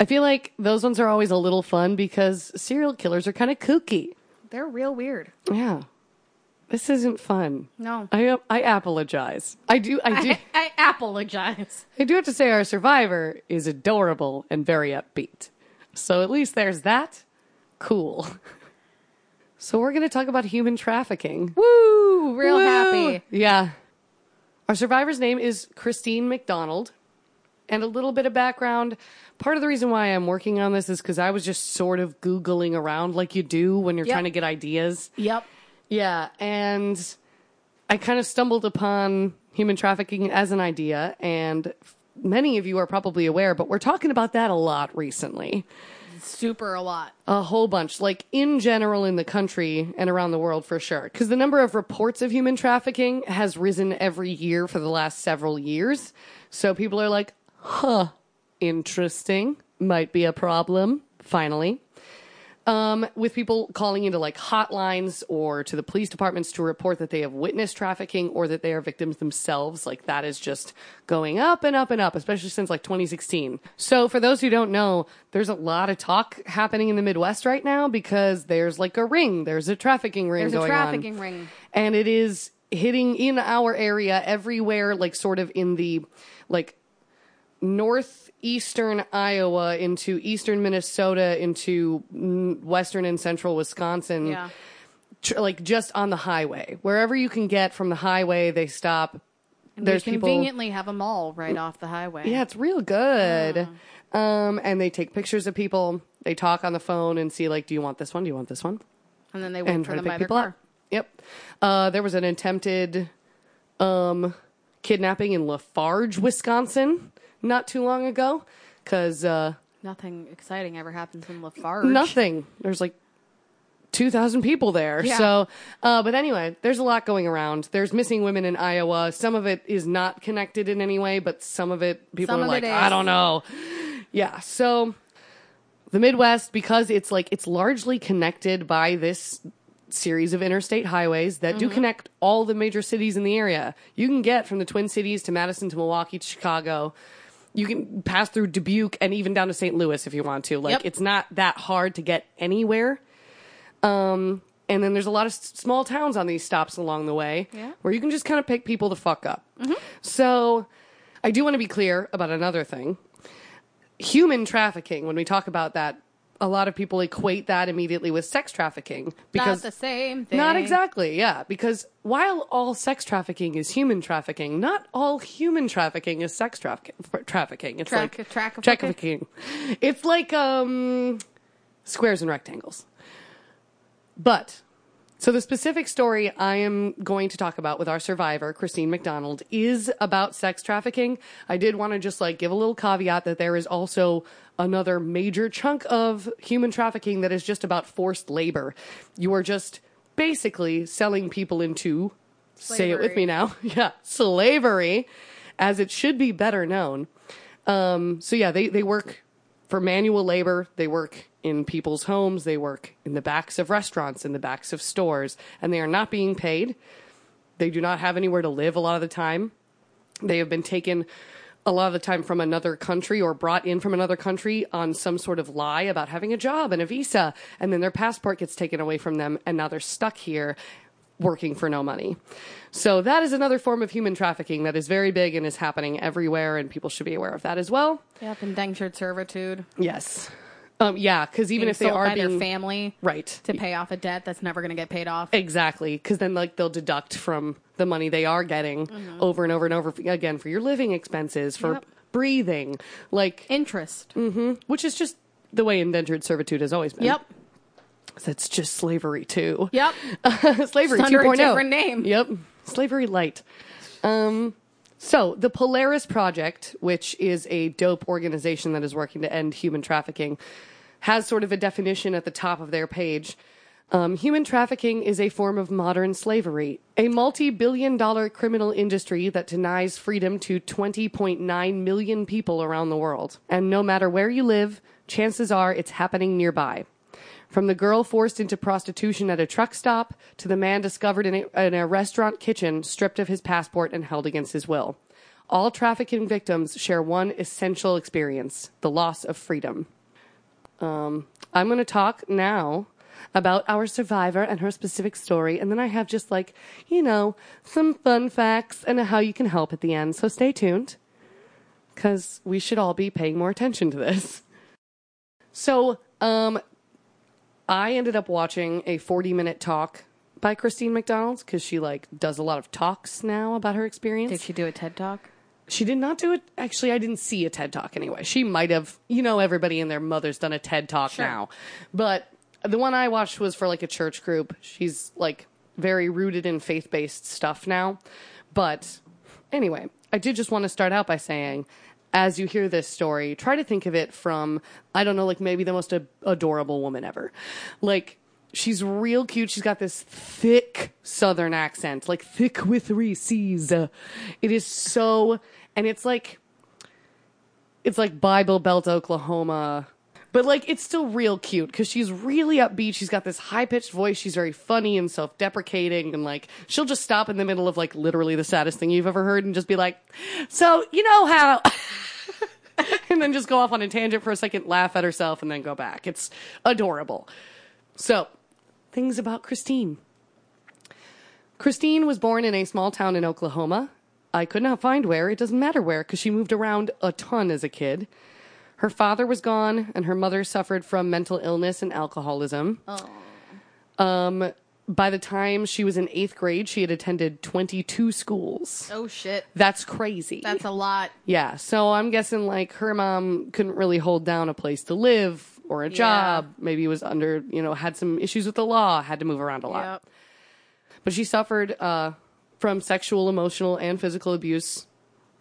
I feel like those ones are always a little fun because serial killers are kind of kooky.
They're real weird.
Yeah. This isn't fun.
No.
I uh, I apologize. I do I do
I, I apologize.
I do have to say our survivor is adorable and very upbeat. So at least there's that. Cool. So we're going to talk about human trafficking.
Woo! Real
Woo!
happy.
Yeah. Our survivor's name is Christine McDonald. And a little bit of background. Part of the reason why I'm working on this is because I was just sort of Googling around like you do when you're
Yep.
trying to get ideas.
Yep.
Yeah, and I kind of stumbled upon human trafficking as an idea, and many of you are probably aware, but we're talking about that a lot recently.
Super a lot.
A whole bunch, like in general in the country and around the world for sure. Because the number of reports of human trafficking has risen every year for the last several years. So people are like, huh, interesting, might be a problem, finally um, with people calling into like hotlines or to the police departments to report that they have witnessed trafficking or that they are victims themselves. Like that is just going up and up and up, especially since like 2016. So for those who don't know, there's a lot of talk happening in the Midwest right now because there's like a ring, there's a trafficking ring
There's a
going
trafficking
on.
ring.
and it is hitting in our area everywhere, like sort of in the like northeastern Iowa into eastern Minnesota into mm, western and central Wisconsin.
Yeah.
Tr- like just on the highway. Wherever you can get from the highway, they stop. There's
we
people.
conveniently have a mall right off the highway.
Yeah, it's real good. Um, and they take pictures of people. They talk on the phone and see like, do you want this one? Do you want this one?
And then they
and
wait for
try to
them by
pick
their
people
car.
up. Yep. Uh, there was an attempted um, kidnapping in Lafarge, Wisconsin, not too long ago, because uh,
Nothing exciting ever happens in Lafarge.
nothing. There's like 2,000 people there.
Yeah.
So, uh, but anyway, there's a lot going around. There's missing women in Iowa. Some of it is not connected in any way, but some of it, people
Some
are
of
like,
it is.
I don't know. Yeah. So the Midwest, because it's like, it's largely connected by this series of interstate highways that
Mm-hmm.
do connect all the major cities in the area. You can get from the Twin Cities to Madison to Milwaukee to Chicago. You can pass through Dubuque and even down to St. Louis if you want to. Like
Yep.
it's not that hard to get anywhere. Um and then there's a lot of s- small towns on these stops along the way
Yeah. Mm-hmm.
where you can just kind of pick people the fuck up. So I do want to be clear about another thing human trafficking when we talk about that a lot of people equate that immediately with sex trafficking because
Not the same thing.
not exactly yeah because while all sex trafficking is human trafficking not all human trafficking is sex trafficking trafficking it's
Track-
like
track-
trafficking it's like um squares and rectangles but so the specific story I am going to talk about with our survivor, Christine McDonald, is about sex trafficking. I did want to just like give a little caveat that there is also another major chunk of human trafficking that is just about forced labor. You are just basically selling people into say it with
Slavery.
me now. yeah, slavery as it should be better known. Um, so yeah, they, they work for manual labor. They work in people's homes. They work in the backs of restaurants, in the backs of stores, and they are not being paid. They do not have anywhere to live a lot of the time. They have been taken a lot of the time from another country or brought in from another country on some sort of lie about having a job and a visa. And then their passport gets taken away from them, and now they're stuck here working for no money. So that is another form of human trafficking that is very big and is happening everywhere, and people should be aware of that as well.
Yep, indentured servitude.
Yes. Um, yeah, because even
Being
if they
sold
are
by
being
their family
right,
to pay off a debt that's never going to get paid off.
exactly, because then like they'll deduct from the money they are getting over and over and over f- again for your living expenses, for
Mm-hmm. Yep.
breathing, like
Interest.
Mm-hmm. which is just the way indentured servitude has always been.
Yep.
that's just slavery too.
Yep.
slavery oh.
Just under a
2.0.
different name.
Yep, slavery light. Um, So, the Polaris Project, which is a dope organization that is working to end human trafficking, has sort of a definition at the top of their page. Um, human trafficking is a form of modern slavery, a multi billion dollar criminal industry that denies freedom to 20.9 million people around the world. And no matter where you live, chances are it's happening nearby. From the girl forced into prostitution at a truck stop to the man discovered in a, in a restaurant kitchen, stripped of his passport and held against his will. All trafficking victims share one essential experience the loss of freedom. Um, I'm going to talk now about our survivor and her specific story, and then I have just like, you know, some fun facts and how you can help at the end. So stay tuned because we should all be paying more attention to this. So, um, I ended up watching a 40 minute talk by Christine McDonald because she like does a lot of talks now about her experience.
Did she do a TED Talk?
She did not do it. Actually, I didn't see a TED Talk anyway. She might have, you know, everybody and their mother's done a TED Talk
Sure.
now. But the one I watched was for like a church group. She's like very rooted in faith based stuff now. But anyway, I did just want to start out by saying, as you hear this story, try to think of it from, I don't know, like maybe the most a- adorable woman ever. Like, she's real cute. She's got this thick southern accent, like thick with three C's. It is so, and it's like, it's like Bible Belt, Oklahoma. But like it's still real cute because she's really upbeat. She's got this high pitched voice. She's very funny and self deprecating, and like she'll just stop in the middle of like literally the saddest thing you've ever heard and just be like, "So you know how," and then just go off on a tangent for a second, laugh at herself, and then go back. It's adorable. So, things about Christine. Christine was born in a small town in Oklahoma. I could not find where. It doesn't matter where because she moved around a ton as a kid. Her father was gone, and her mother suffered from mental illness and alcoholism. Um, by the time she was in eighth grade, she had attended 22 schools.
Oh shit,
That's crazy.
that's a lot.
Yeah, so I'm guessing like her mom couldn't really hold down a place to live or a job. Maybe was under, you know, had some issues with the law, had to move around a lot.
Yep.
But she suffered uh, from sexual, emotional, and physical abuse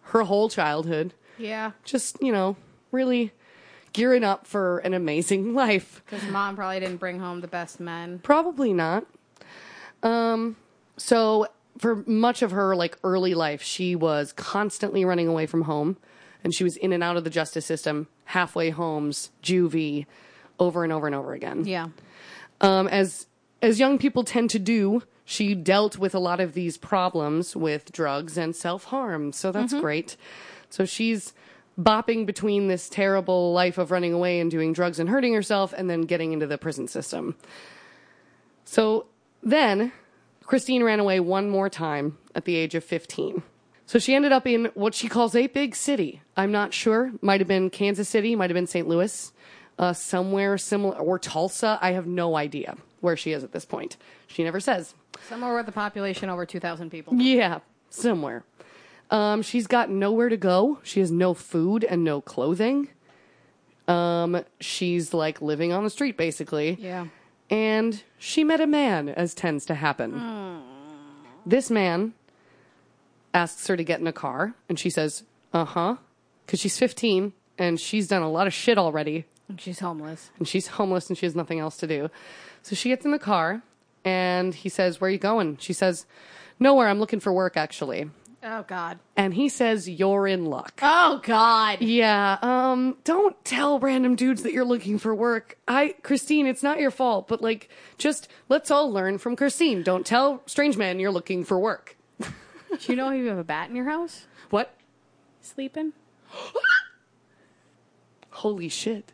her whole childhood.
Yeah,
Just, you know, really gearing up for an amazing life.
because mom probably didn't bring home the best men.
Probably not. Um, so for much of her like early life, she was constantly running away from home, and she was in and out of the justice system, halfway homes, juvie, over and over and over again.
Yeah,
Um, as as young people tend to do, she dealt with a lot of these problems with drugs and self harm. So that's great. So she's bopping between this terrible life of running away and doing drugs and hurting herself, and then getting into the prison system. So then Christine ran away one more time at the age of 15. So she ended up in what she calls a big city. I'm not sure. Might have been Kansas City, might have been St. Louis, uh, somewhere similar, or Tulsa. I have no idea where she is at this point. She never says.
somewhere with a population over two thousand people.
Yeah, somewhere. Um, she's got nowhere to go. She has no food and no clothing. Um, she's like living on the street, basically
Yeah,
and she met a man, as tends to happen. This man asks her to get in a car, and she says, uh huh, because she's 15 and she's done a lot of shit already,
And she's homeless.
and she's homeless and she has nothing else to do. So she gets in the car, and he says, Where are you going? She says, Nowhere, I'm looking for work, actually.
Oh god.
And he says, You're in luck.
Oh god.
Yeah, um, don't tell random dudes that you're looking for work. I, Christine, it's not your fault, but like, just let's all learn from Christine. Don't tell strange men you're looking for work.
Do you know you have a bat in your house
What?
sleeping?
Holy shit.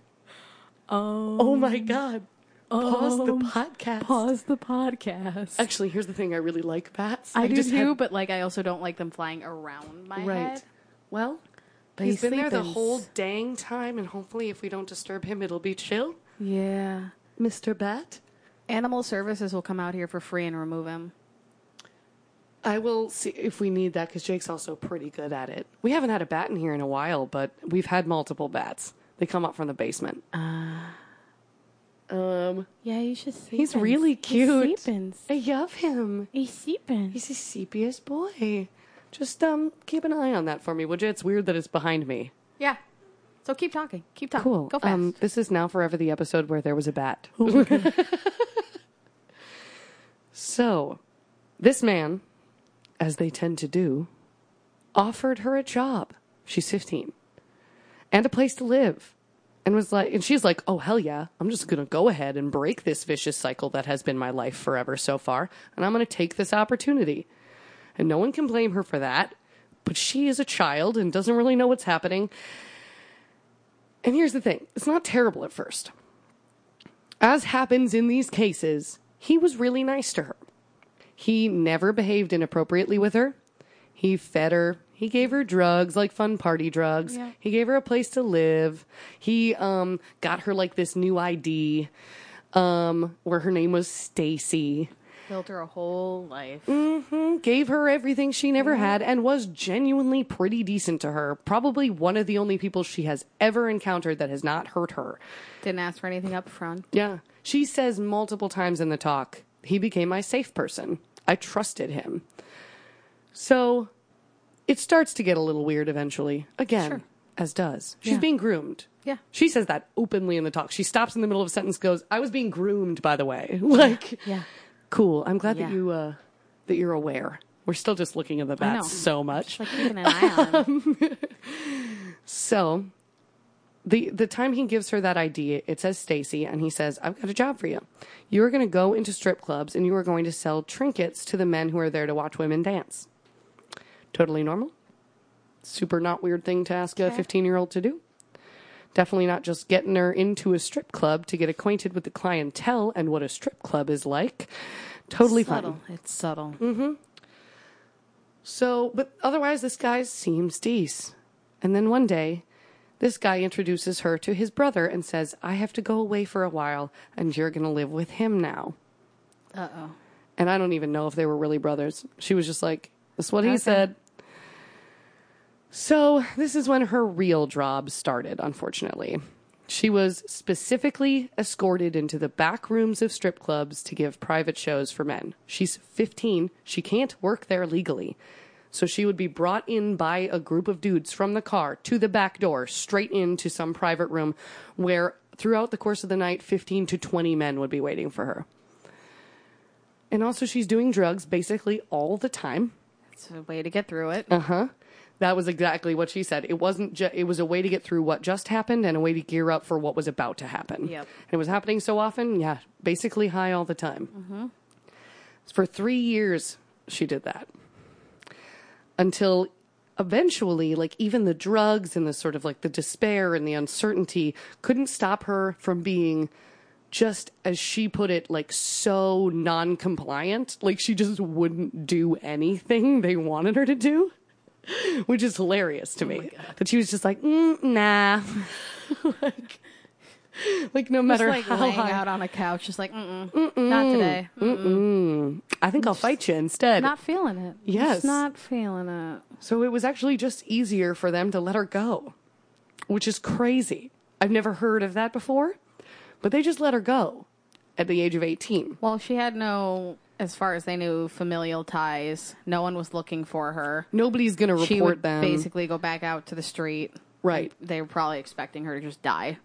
Oh.
Oh my god. Pause the podcast.
um, Pause the podcast.
Actually, here's the thing I really like bats.
I, do
just
too,
had-
but like I also don't like them flying around my
right.
head.
Well,
But
he's
he's
been there the
sleeping.
whole dang time, and hopefully, if we don't disturb him, it'll be chill.
Yeah.
Mr. Bat?
Animal services will come out here for free and remove him.
I will see if we need that because Jake's also pretty good at it. We haven't had a bat in here in a while, but we've had multiple bats. They come up from the basement. um,
Yeah, you should see.
he's really cute.
He's sleeping.
I love him.
He's sleeping.
He's the sleepiest boy. Just um, keep an eye on that for me, would you? It's weird that it's behind me.
Yeah. So keep talking. Keep talking.
Cool.
Go fast. Oh
Um, this is now forever the episode where there was a bat. so, this man, as they tend to do, offered her a job. She's 15 and a place to live. And was like, and she's like, oh, hell yeah. I'm just going to go ahead and break this vicious cycle that has been my life forever so far. And I'm going to take this opportunity. And no one can blame her for that. But she is a child and doesn't really know what's happening. And here's the thing it's not terrible at first. As happens in these cases, he was really nice to her. He never behaved inappropriately with her. He fed her. He gave her drugs, like fun party drugs.
Yeah.
He gave her a place to live. He um, got her like this new ID um, where her name was Stacy. Hmm,
Built her a whole life.
Gave her everything she never had and was genuinely pretty decent to her. Probably one of the only people she has ever encountered that has not hurt her.
Didn't ask for anything up front.
Yeah. She says multiple times in the talk, he became my safe person. I trusted him. So it starts to get a little weird eventually. Again,
Sure.
as does. She's
Yeah.
being groomed.
Yeah.
She says that openly in the talk. She stops in the middle of a sentence, goes, I was being groomed, by the way. Like
Yeah.
cool. I'm glad
Yeah.
that you uh that you're aware. We're still just looking at the
I know.
bats so much.
Like keeping an eye on him.
So the the time he gives her that ID, it says Stacy, and he says, "I've got a job for you. You are going to go into strip clubs and you are going to sell trinkets to the men who are there to watch women dance." Totally normal. Super not weird thing to ask a
Okay.
15-year-old to do. Definitely not just getting her into a strip club to get acquainted with the clientele and what a strip club is like. Totally fine.
subtle. It's subtle.
So, but otherwise, this guy seems decent. And then one day, this guy introduces her to his brother and says, I have to go away for a while and you're going to live with him now.
Uh oh.
And I don't even know if they were really brothers. She was just like, that's what he
Okay.
said. So, this is when her real job started, unfortunately. She was specifically escorted into the back rooms of strip clubs to give private shows for men. She's 15. She can't work there legally. So, she would be brought in by a group of dudes from the car to the back door, straight into some private room where, throughout the course of the night, 15 to 20 men would be waiting for her. And also, she's doing drugs basically all the time.
It's a way to get through it.
Uh huh. That was exactly what she said. It wasn't. Ju- it was a way to get through what just happened and a way to gear up for what was about to happen.
Yep.
And it was happening so often. Yeah, basically high all the time. For three years, she did that until eventually like even the drugs and the sort of like the despair and the uncertainty couldn't stop her from being just as she put it like so non-compliant like she just wouldn't do anything they wanted her to do which is hilarious
Oh
to me that she was just like mm, nah like, like no
Just
matter
like
how
laying
high
out on a couch, just like mm mm, not today.
i think i'll fight you instead
Not feeling it.
Yes.
Just not feeling it.
So it was actually just easier for them to let her go, which is crazy. I've never heard of that before, but they just let her go at the age of 18.
Well, she had no, as far as they knew, familial ties. No one was looking for her.
Nobody's going to report
She would
them.
basically go back out to the street.
Right.
They were probably expecting her to just die.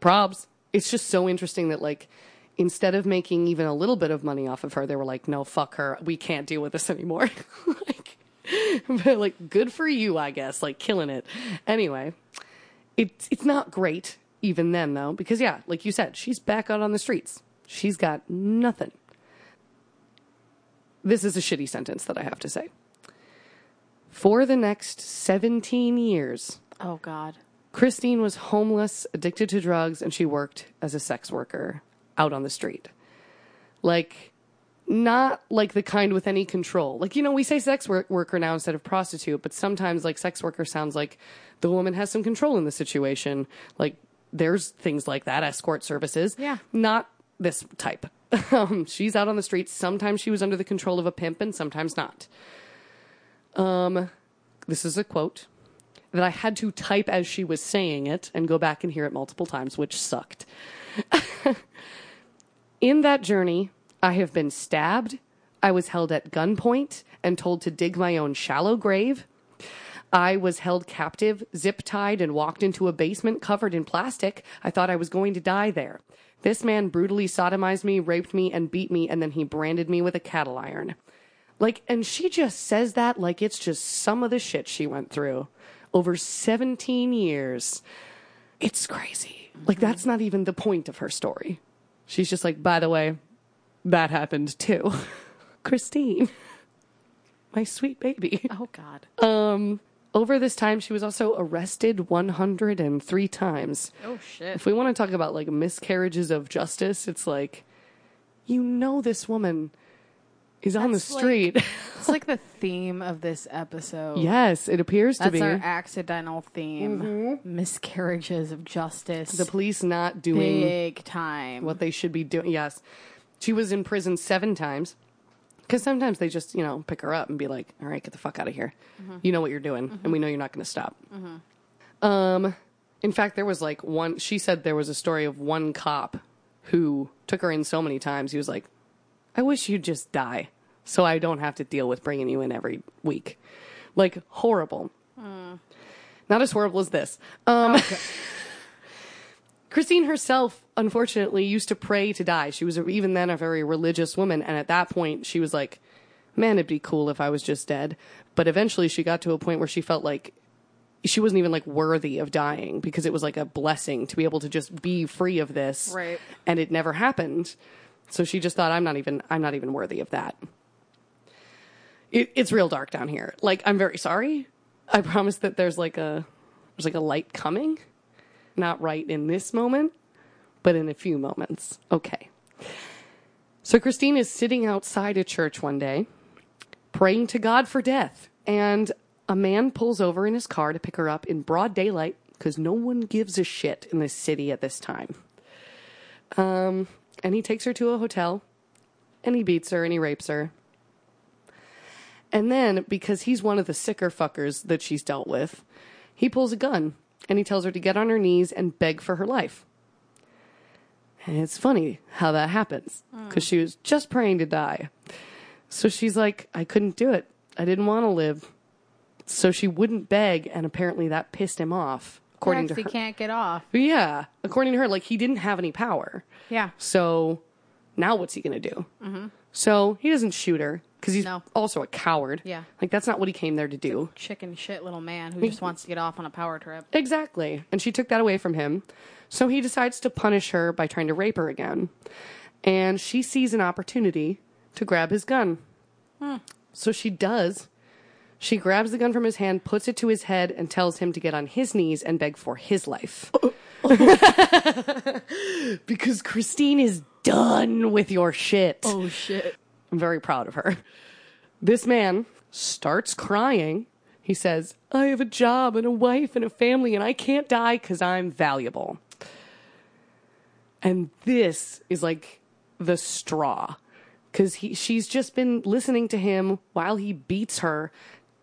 Probs. It's just so interesting that, like, instead of making even a little bit of money off of her, they were like, no, fuck her. We can't deal with this anymore. like, but, like, good for you, I guess. Like, killing it. Anyway, it's it's not great even then, though, because, yeah, like you said, she's back out on the streets. She's got nothing. This is a shitty sentence that I have to say. For the next 17 years,
Oh God.
Christine was homeless, addicted to drugs, and she worked as a sex worker out on the street. Like, not like the kind with any control. Like, you know, we say sex wor- worker now instead of prostitute, but sometimes like sex worker sounds like the woman has some control in the situation. Like, there's things like that, escort services.
Yeah.
Not this type. um, she's out on the streets. Sometimes she was under the control of a pimp and sometimes not this is a quote that I had to type as she was saying it and go back and hear it multiple times, which sucked. In that journey, I have been stabbed, I was held at gunpoint and told to dig my own shallow grave. I was held captive, zip tied, and walked into a basement covered in plastic. I thought I was going to die there. This man brutally sodomized me, raped me, and beat me, and then he branded me with a cattle iron. Like, and she just says that like it's just some of the shit she went through over 17 years. It's crazy. Like, that's not even the point of her story. She's just like, by the way, that happened too. Christine, my sweet baby.
Oh God.
Um, over this time, she was also arrested 103 times.
Oh shit.
If we want to talk about like miscarriages of justice, it's like, you know, this woman is on the
That's, like,
street.
It's like the theme of this episode.
yes, it appears to
That's
be Mm-hmm.
our accidental theme. Miscarriages of justice.
the police not doing
big time.
what they should be doing. Yes. She was in prison seven times because sometimes they just, you know, pick her up and be like, all right, get the fuck out of here. You know what you're doing, and we know you're not going to stop. Um, in fact, there was like one, she said there was a story of one cop who took her in so many times. He was like, I wish you'd just die so I don't have to deal with bringing you in every week. Like, horrible. Not as horrible as this. Um, Christine herself, unfortunately, used to pray to die. She was a, even then a very religious woman. And at that point, she was like, man, it'd be cool if I was just dead. But eventually, she got to a point where she felt like she wasn't even like worthy of dying because it was like a blessing to be able to just be free of this.
Right.
And it never happened. So she just thought, I'm not even, I'm not even worthy of that. It, it's real dark down here. Like, I'm very sorry. I promise that there's like a, there's like a light coming not right in this moment, but in a few moments. Okay. So Christine is sitting outside a church one day, praying to God for death, and a man pulls over in his car to pick her up in broad daylight because no one gives a shit in this city at this time. Um, and he takes her to a hotel, and he beats her and he rapes her. And then, because he's one of the sicker fuckers that she's dealt with, he pulls a gun and he tells her to get on her knees and beg for her life. And it's funny how that happens because she was just praying to die. So she's like, I couldn't do it. I didn't want to live. So she wouldn't beg, and apparently that pissed him off, according
Next,
to
he
her.
can't get off.
Yeah, according to her, like he didn't have any power.
Yeah.
So now what's he going to do? So he doesn't shoot her because he's
Mm-hmm. No.
also a coward.
Yeah.
Like that's not what he came there to do.
Chicken shit little man who just wants to get off on a power trip.
Exactly. And she took that away from him. So he decides to punish her by trying to rape her again. And she sees an opportunity to grab his gun.
Hmm.
So she does. She grabs the gun from his hand, puts it to his head, and tells him to get on his knees and beg for his life. because Christine is done with your shit.
Oh shit.
I'm very proud of her. This man starts crying. He says, I have a job and a wife and a family, and I can't die because I'm valuable. And this is like the straw because she's just been listening to him while he beats her,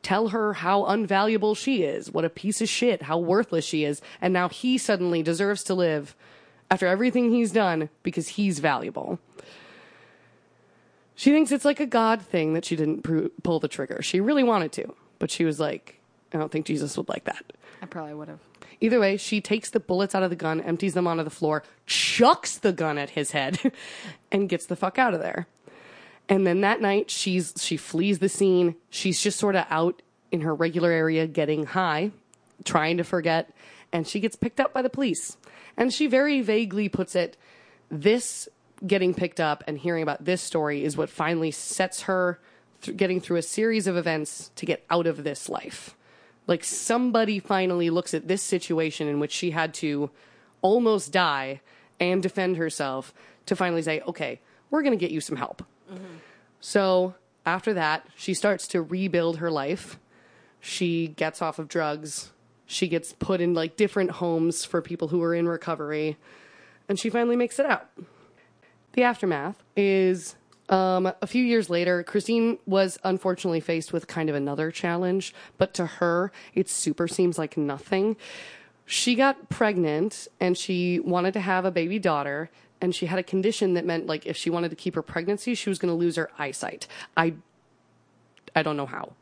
tell her how unvaluable she is, what a piece of shit, how worthless she is. And now he suddenly deserves to live after everything he's done because he's valuable. She thinks it's like a God thing that she didn't pr- pull the trigger. She really wanted to, but she was like, I don't think Jesus would like that.
I probably would have.
Either way, she takes the bullets out of the gun, empties them onto the floor, chucks the gun at his head, and gets the fuck out of there. And then that night, she's she flees the scene. She's just sort of out in her regular area getting high, trying to forget, and she gets picked up by the police. And she very vaguely puts it this getting picked up and hearing about this story is what finally sets her th- getting through a series of events to get out of this life like somebody finally looks at this situation in which she had to almost die and defend herself to finally say, okay, we're going to get you some help. So after that, she starts to rebuild her life. She gets off of drugs. She gets put in like different homes for people who are in recovery. And she finally makes it out. The aftermath is um, a few years later, Christine was unfortunately faced with kind of another challenge, but to her, it super seems like nothing. She got pregnant and she wanted to have a baby daughter, and she had a condition that meant like if she wanted to keep her pregnancy, she was going to lose her eyesight. I I don't know how.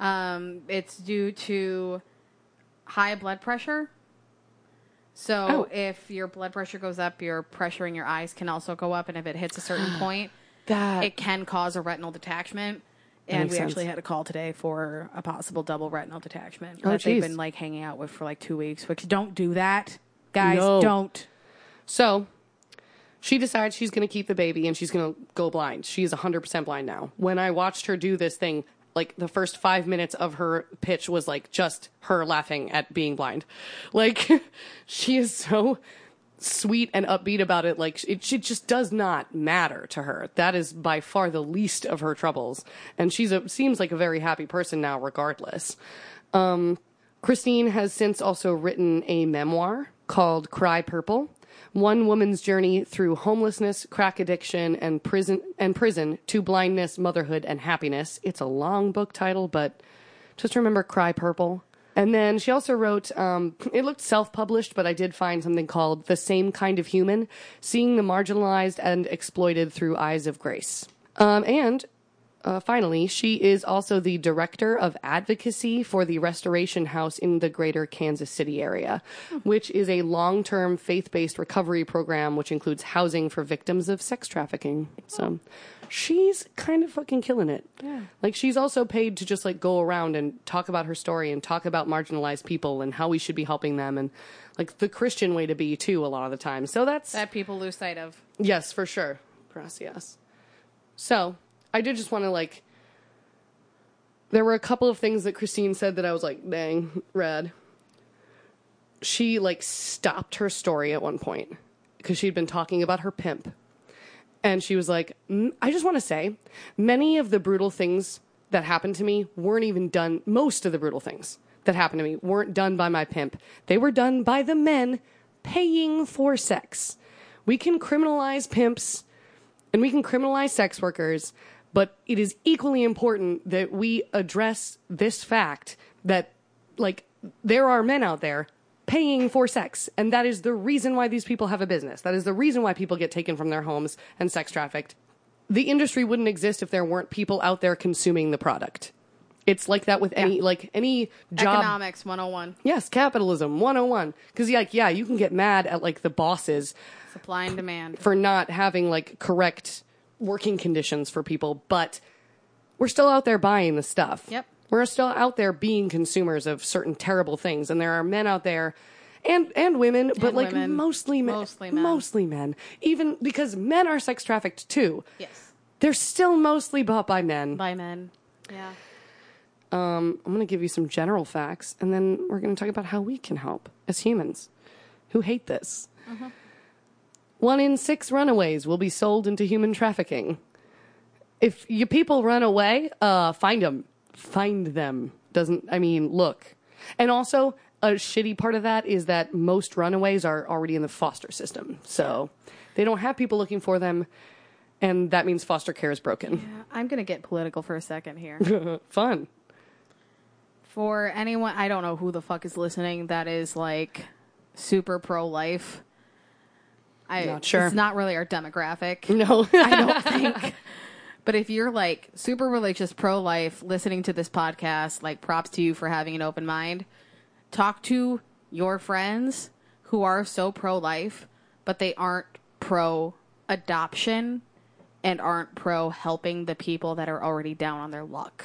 Um, it's due to high blood pressure. So
Oh.
if your blood pressure goes up, your pressure in your eyes can also go up, and if it hits a certain point,
That
it can cause a retinal detachment. And
makes
we
sense.
actually had a call today for a possible double retinal detachment
Oh,
that they've
geez.
been like hanging out with for like two weeks. Which don't do that, guys.
No.
Don't.
So she decides she's going to keep the baby and she's going to go blind. She is 100% blind now. When I watched her do this thing, like the first five minutes of her pitch was like just her laughing at being blind. Like she is so sweet and upbeat about it. Like it, it just does not matter to her. That is by far the least of her troubles. And she's a, seems like a very happy person now, regardless. Um, Christine has since also written a memoir called Cry Purple: One Woman's Journey Through Homelessness, Crack Addiction, and Prison and Prison to Blindness, Motherhood, and Happiness. It's a long book title, but just remember Cry Purple. And then she also wrote, um, it looked self published, but I did find something called The Same Kind of Human Seeing the Marginalized and Exploited Through Eyes of Grace. Um, and uh, finally, she is also the director of advocacy for the Restoration House in the greater Kansas City area, which is a long term faith based recovery program which includes housing for victims of sex trafficking. So she's kind of fucking killing it. Yeah. Like she's also paid to just like go around and talk about her story and talk about marginalized people and how we should be helping them and like the Christian way to be too a lot of the time. So that's
That people lose sight of.
Yes, for sure. Gracias. So I did just want to like. There were a couple of things that Christine said that I was like, dang, rad. She like stopped her story at one point because she'd been talking about her pimp. And she was like, "Mm, I just want to say, many of the brutal things that happened to me weren't even done. Most of the brutal things that happened to me weren't done by my pimp. They were done by the men paying for sex. We can criminalize pimps and we can criminalize sex workers, but it is equally important that we address this fact that, like, there are men out there paying for sex, and that is the reason why these people have a business. That is the reason why people get taken from their homes and sex trafficked. The industry wouldn't exist if there weren't people out there consuming the product. It's like that with any like any job
Economics 101.
Yes, capitalism 101. Because, like, yeah, you can get mad at, like, the bosses
Supply and demand.
for not having, like, correct working conditions for people, but we're still out there buying the stuff.
Yep.
We're still out there being consumers of certain terrible things. And there are men out there. And and women, but
And
like
women.
mostly men,
Mostly men.
mostly men, even because men are sex trafficked too.
Yes.
They're still mostly bought by men.
By men. Yeah.
I'm going to give you some general facts, and then we're going to talk about how we can help as humans who hate this. One in six runaways will be sold into human trafficking. If you people run away, uh, find them. Find them. Doesn't, I mean, look. And also, a shitty part of that is that most runaways are already in the foster system. So they don't have people looking for them, and that means foster care is broken.
I'm going to get political for a second here.
Fun.
for anyone, I don't know who the fuck is listening that is like super pro life. I
Not sure. Mm.
It's not really our demographic,
No.
I don't think. But if you're like super religious, pro life, listening to this podcast, like props to you for having an open mind. Talk to your friends who are so pro life, but they aren't pro adoption and aren't pro helping the people that are already down on their luck.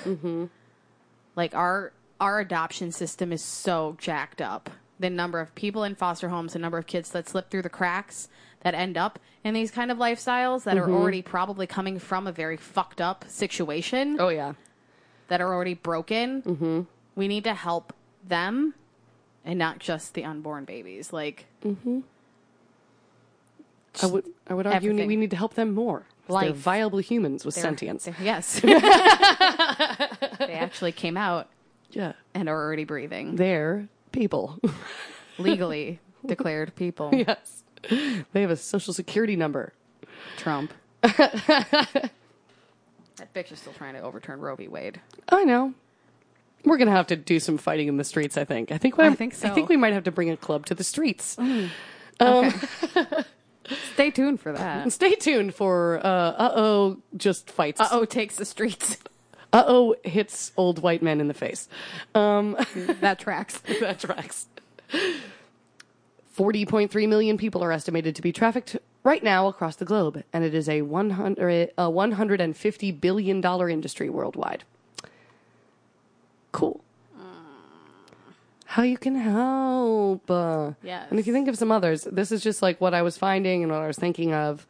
Like our our adoption system is so jacked up. The number of people in foster homes, the number of kids that slip through the cracks that end up in these kind of lifestyles that are already probably coming from a very fucked up situation
oh, yeah.
that are already broken. Mm-hmm. We need to help them and not just the unborn babies. Like
I would, I would argue
everything.
we need to help them more. They're
Life.
viable humans with
they're-
sentience.
they're- Yes. they actually came out
yeah.
and are already breathing.
They're people.
Legally declared people.
yes. They have a social security number.
Trump. that bitch is still trying to overturn Roe v. Wade.
I know. We're going to have to do some fighting in the streets, I think. I think, we
I think
I think
so. Mm.
we might have to bring a club to the streets.
Okay. Stay tuned for that.
And stay tuned for uh uh-oh just fights.
Uh oh, takes the streets.
Uh-oh hits old white men in the face. Um
that tracks.
that tracks. 40.3 million people are estimated to be trafficked right now across the globe, and it is a 100 a 150 billion dollar industry worldwide. Cool. How you can help? uh,
Yes.
And if you think of some others, this is just like what I was finding and what I was thinking of.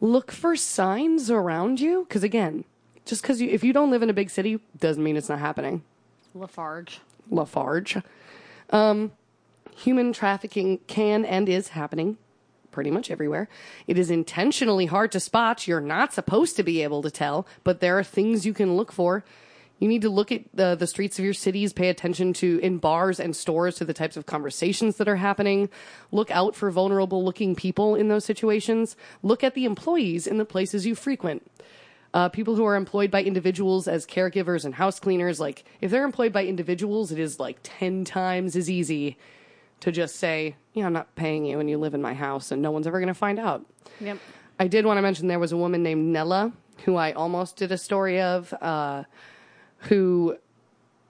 Look for signs around you, because again, just because you, if you don't live in a big city, doesn't mean it's not happening.
Lafarge.
Lafarge. Um, human trafficking can and is happening pretty much everywhere. It is intentionally hard to spot. You're not supposed to be able to tell, but there are things you can look for. You need to look at the, the streets of your cities, pay attention to in bars and stores to the types of conversations that are happening. Look out for vulnerable looking people in those situations. Look at the employees in the places you frequent uh, people who are employed by individuals as caregivers and house cleaners, like if they're employed by individuals, it is like 10 times as easy to just say, yeah, I'm not paying you and you live in my house and no one's ever going to find out.
Yep.
I did want to mention there was a woman named Nella who I almost did a story of, uh, who,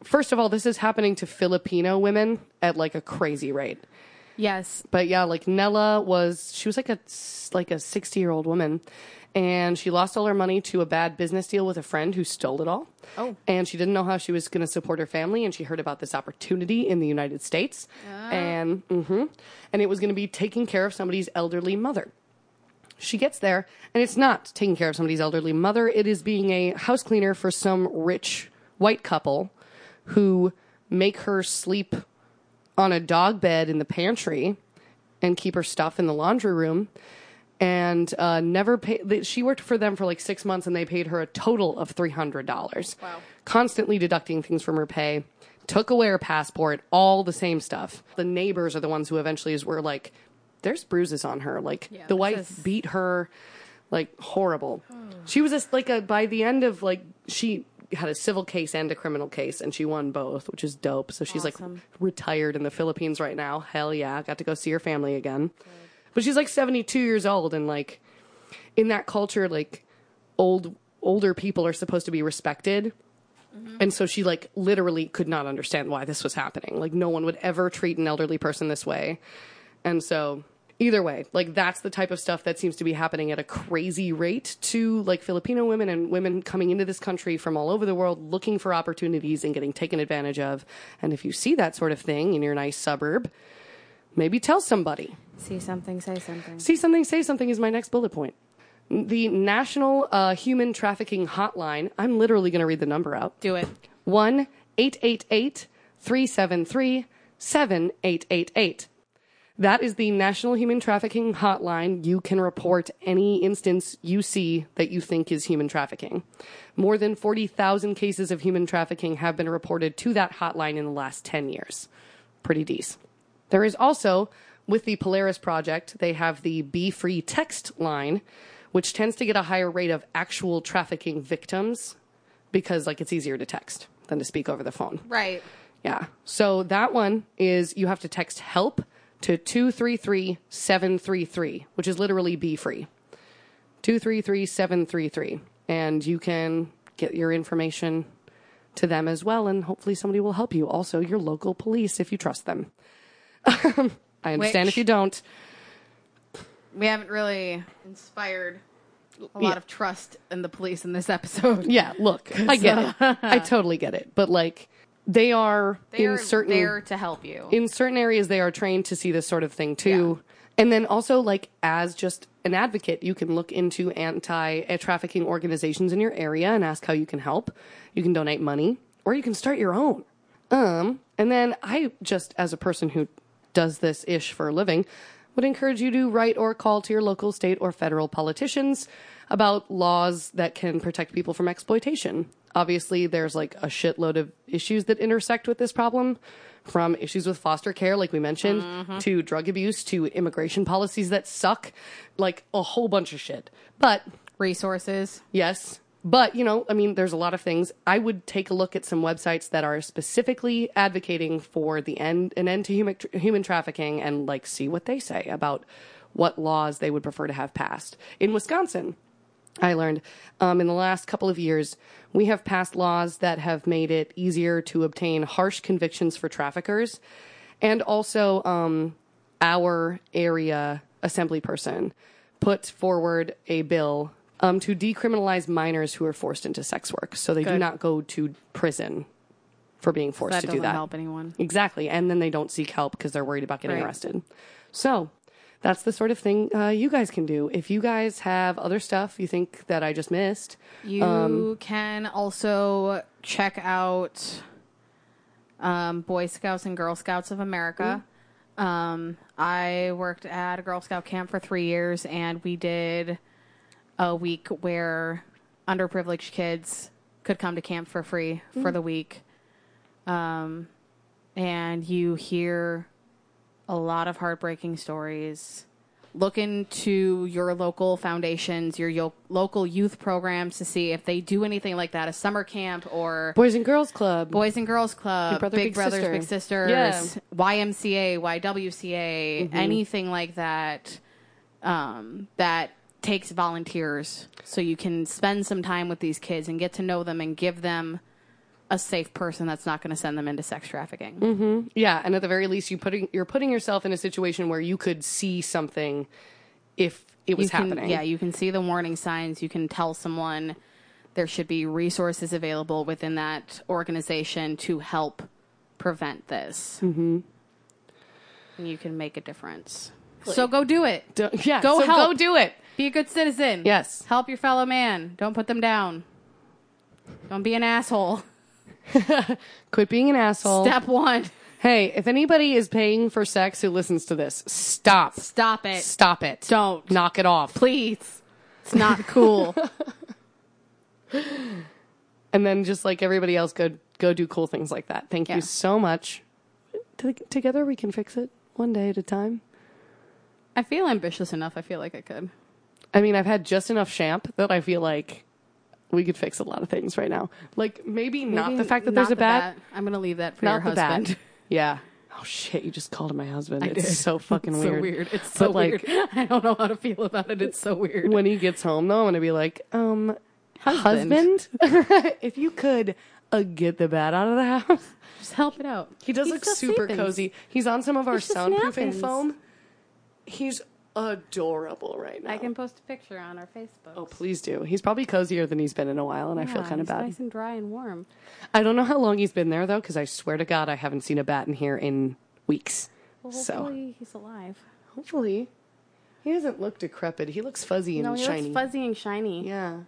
first of all, this is happening to Filipino women at like a crazy rate
Yes.
but yeah, like Nella was she was like a like a 60 year old woman and she lost all her money to a bad business deal with a friend who stole it all.
Oh.
And she didn't know how she was going to support her family and she heard about this opportunity in the United States and mhm and it was going to be taking care of somebody's elderly mother. She gets there and it's not taking care of somebody's elderly mother, it is being a house cleaner for some rich white couple who make her sleep on a dog bed in the pantry and keep her stuff in the laundry room and uh, never pay th- she worked for them for like six months and they paid her a total of $300
Wow.
constantly deducting things from her pay took away her passport all the same stuff the neighbors are the ones who eventually is, were like there's bruises on her like
Yeah,
the
this
wife
is-
beat her like horrible she was just like a by the end of like she had a civil case and a criminal case and she won both which is dope so she's
Awesome.
like retired in the philippines right now hell yeah got to go see her family again but she's like 72 years old and like in that culture like old older people are supposed to be respected Mm-hmm. and so she like literally could not understand why this was happening. Like no one would ever treat an elderly person this way. And so either way, like that's the type of stuff that seems to be happening at a crazy rate to like Filipino women and women coming into this country from all over the world looking for opportunities and getting taken advantage of. And if you see that sort of thing in your nice suburb, maybe tell somebody.
See something, say something.
See something, say something is my next bullet point. The National uh, Human Trafficking Hotline. I'm literally going to read the number out.
Do it.
1 888 373 7888. That is the National Human Trafficking Hotline. You can report any instance you see that you think is human trafficking. More than 40,000 cases of human trafficking have been reported to that hotline in the last 10 years. Pretty decent. There is also, with the Polaris project, they have the Be Free text line, which tends to get a higher rate of actual trafficking victims because like it's easier to text than to speak over the phone.
Right.
Yeah. So that one is you have to text help to 233733, which is literally be free. 233733 and you can get your information to them as well and hopefully somebody will help you. Also your local police if you trust them. I understand if
Which-
you don't.
We haven't really inspired a lot of trust in the police in this episode.
Yeah, look, I get
uh,
it. I totally get it. But like they are
They
in
are
certain
there to help you.
in certain areas they are trained to see this sort of thing too and then also like as just an advocate you can look into anti eh, trafficking organizations in your area and ask how you can help you can donate money or you can start your own um and then i just as a person who does this ish for a living would encourage you to write or call to your local state or federal politicians about laws that can protect people from exploitation obviously there's like a shitload of issues that intersect with this problem from issues with foster care like we mentioned to drug abuse to immigration policies that suck like a whole bunch of shit but
Resources.
yes But, you know, I mean, there's a lot of things. I would take a look at some websites that are specifically advocating for the end an end to human human trafficking and like see what they say about what laws they would prefer to have passed. In Wisconsin, I learned um, in the last couple of years, we have passed laws that have made it easier to obtain harsh convictions for traffickers. And also, um, our area assembly person put forward a bill um, to decriminalize minors who are forced into sex work. So they do
Good.
not go to prison for being forced
That
to
doesn't
do that.
help anyone.
Exactly. And then they don't seek help because they're worried about getting
Right.
arrested. So that's the sort of thing uh, you guys can do. If you guys have other stuff you think that I just missed,
You
Um,
can also check out um, Boy Scouts and Girl Scouts of America. Um, I worked at a Girl Scout camp for three years, and we did a week where underprivileged kids could come to camp for free for the week. Um, and you hear a lot of heartbreaking stories. Look into your local foundations, your yo- local youth programs to see if they do anything like that a summer camp or
Boys and Girls Club.
Boys and Girls Club,
Brother,
Big,
Big
Brothers,
Sister.
Big Sisters, YMCA, YWCA,
Mm-hmm.
anything like that um, that takes volunteers so you can spend some time with these kids and get to know them and give them a safe person that's not going to send them into sex trafficking.
yeah, and at the very least, you putting you're putting yourself in a situation where you could see something if it was
you can,
happening.
Yeah, you can see the warning signs. You can tell someone there should be resources available within that organization to help prevent this. Mm-hmm. And you can make a difference. So go do it.
Do- yeah,
Go
so
help.
go do it.
Be a good citizen.
Yes.
Help your fellow man. Don't put them down. Don't be an asshole.
Quit being an asshole.
Step one.
Hey, if anybody is paying for sex who listens to this, stop.
Stop it.
Stop it.
Don't.
Knock it off.
Please. It's not cool.
and then just like everybody else go go do cool things like that thank
Yeah.
you so much T- together we can fix it one day at a time
I feel ambitious enough. I feel like I could.
i mean i've had just enough champ that i feel like we could fix a lot of things right now like maybe, not
Maybe
the fact that
not
there's a
the
bat,
bat. I'm going to leave that for your
not the
husband.
bat yeah oh shit you just called him my husband
I
it's
did.
so fucking
It's
weird
so weird. It's so
But, like-
weird. I don't know how to feel about it. It's so weird.
when he gets home though i'm gonna be like um
Husband.
husband, if you could uh, get the bat out of the house
Just help it out.
He does
He's
look
just
super
sleeping.
cozy. He's on some of our
It's just
soundproofing
napkins.
foam. He's adorable right now.
I can post a picture on our Facebook.
Oh, please do. He's probably cozier than he's been in a while, and I feel kind of bad.
Nice and dry and warm.
I don't know how long he's been there though, because I swear to God, I haven't seen a bat in here in weeks.
Well,
so
hopefully he's alive.
hopefully, he doesn't look decrepit. He looks fuzzy and
No, he
shiny.
looks fuzzy and shiny.
Yeah.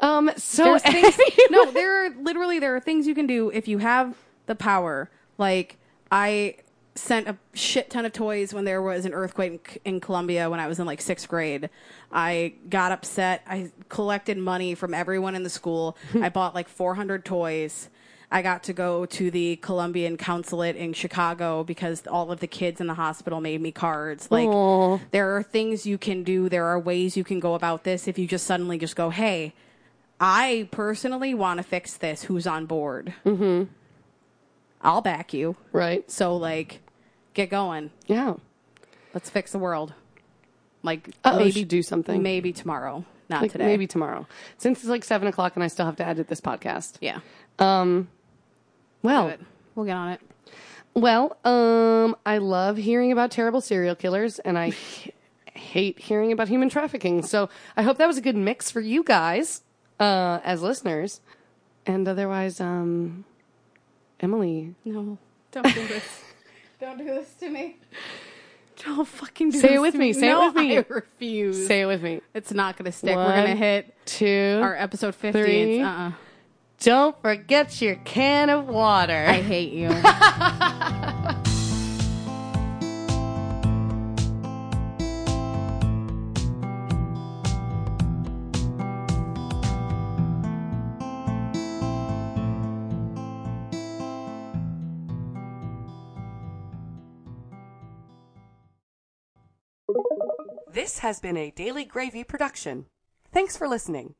Um. So
There's things, no, there are literally there are things you can do if you have the power. Like I sent a shit ton of toys when there was an earthquake in, in Colombia when I was in like sixth grade. I got upset. I collected money from everyone in the school. I bought like 400 toys. I got to go to the Colombian consulate in Chicago because all of the kids in the hospital made me cards. Like
Aw.
there are things you can do. There are ways you can go about this if you just suddenly just go, "Hey, I personally want to fix this. Who's on board? Mm-hmm. I'll back you.
right.
So like, get going.
Yeah.
Let's fix the world. Like
Uh-oh,
maybe
should do something.
Maybe tomorrow, not
Like,
today.
Maybe tomorrow. Since it's like seven o'clock, and I still have to edit this podcast.
Yeah.
Um. Well.
But we'll get on it.
Well, um, I love hearing about terrible serial killers, and I h- hate hearing about human trafficking. So I hope that was a good mix for you guys uh, as listeners. And otherwise, um, Emily,
No, don't do this. don't do this to me. Don't fucking do
Say it
this
with
to
me. Say it
No,
with me.
I refuse.
say it with me.
it's not gonna stick. We're gonna
One,
hit
Two.
our episode fifty.
three.
Uh. uh
Don't forget your can of water.
I hate you.
This has been a Daily Gravy production. Thanks for listening.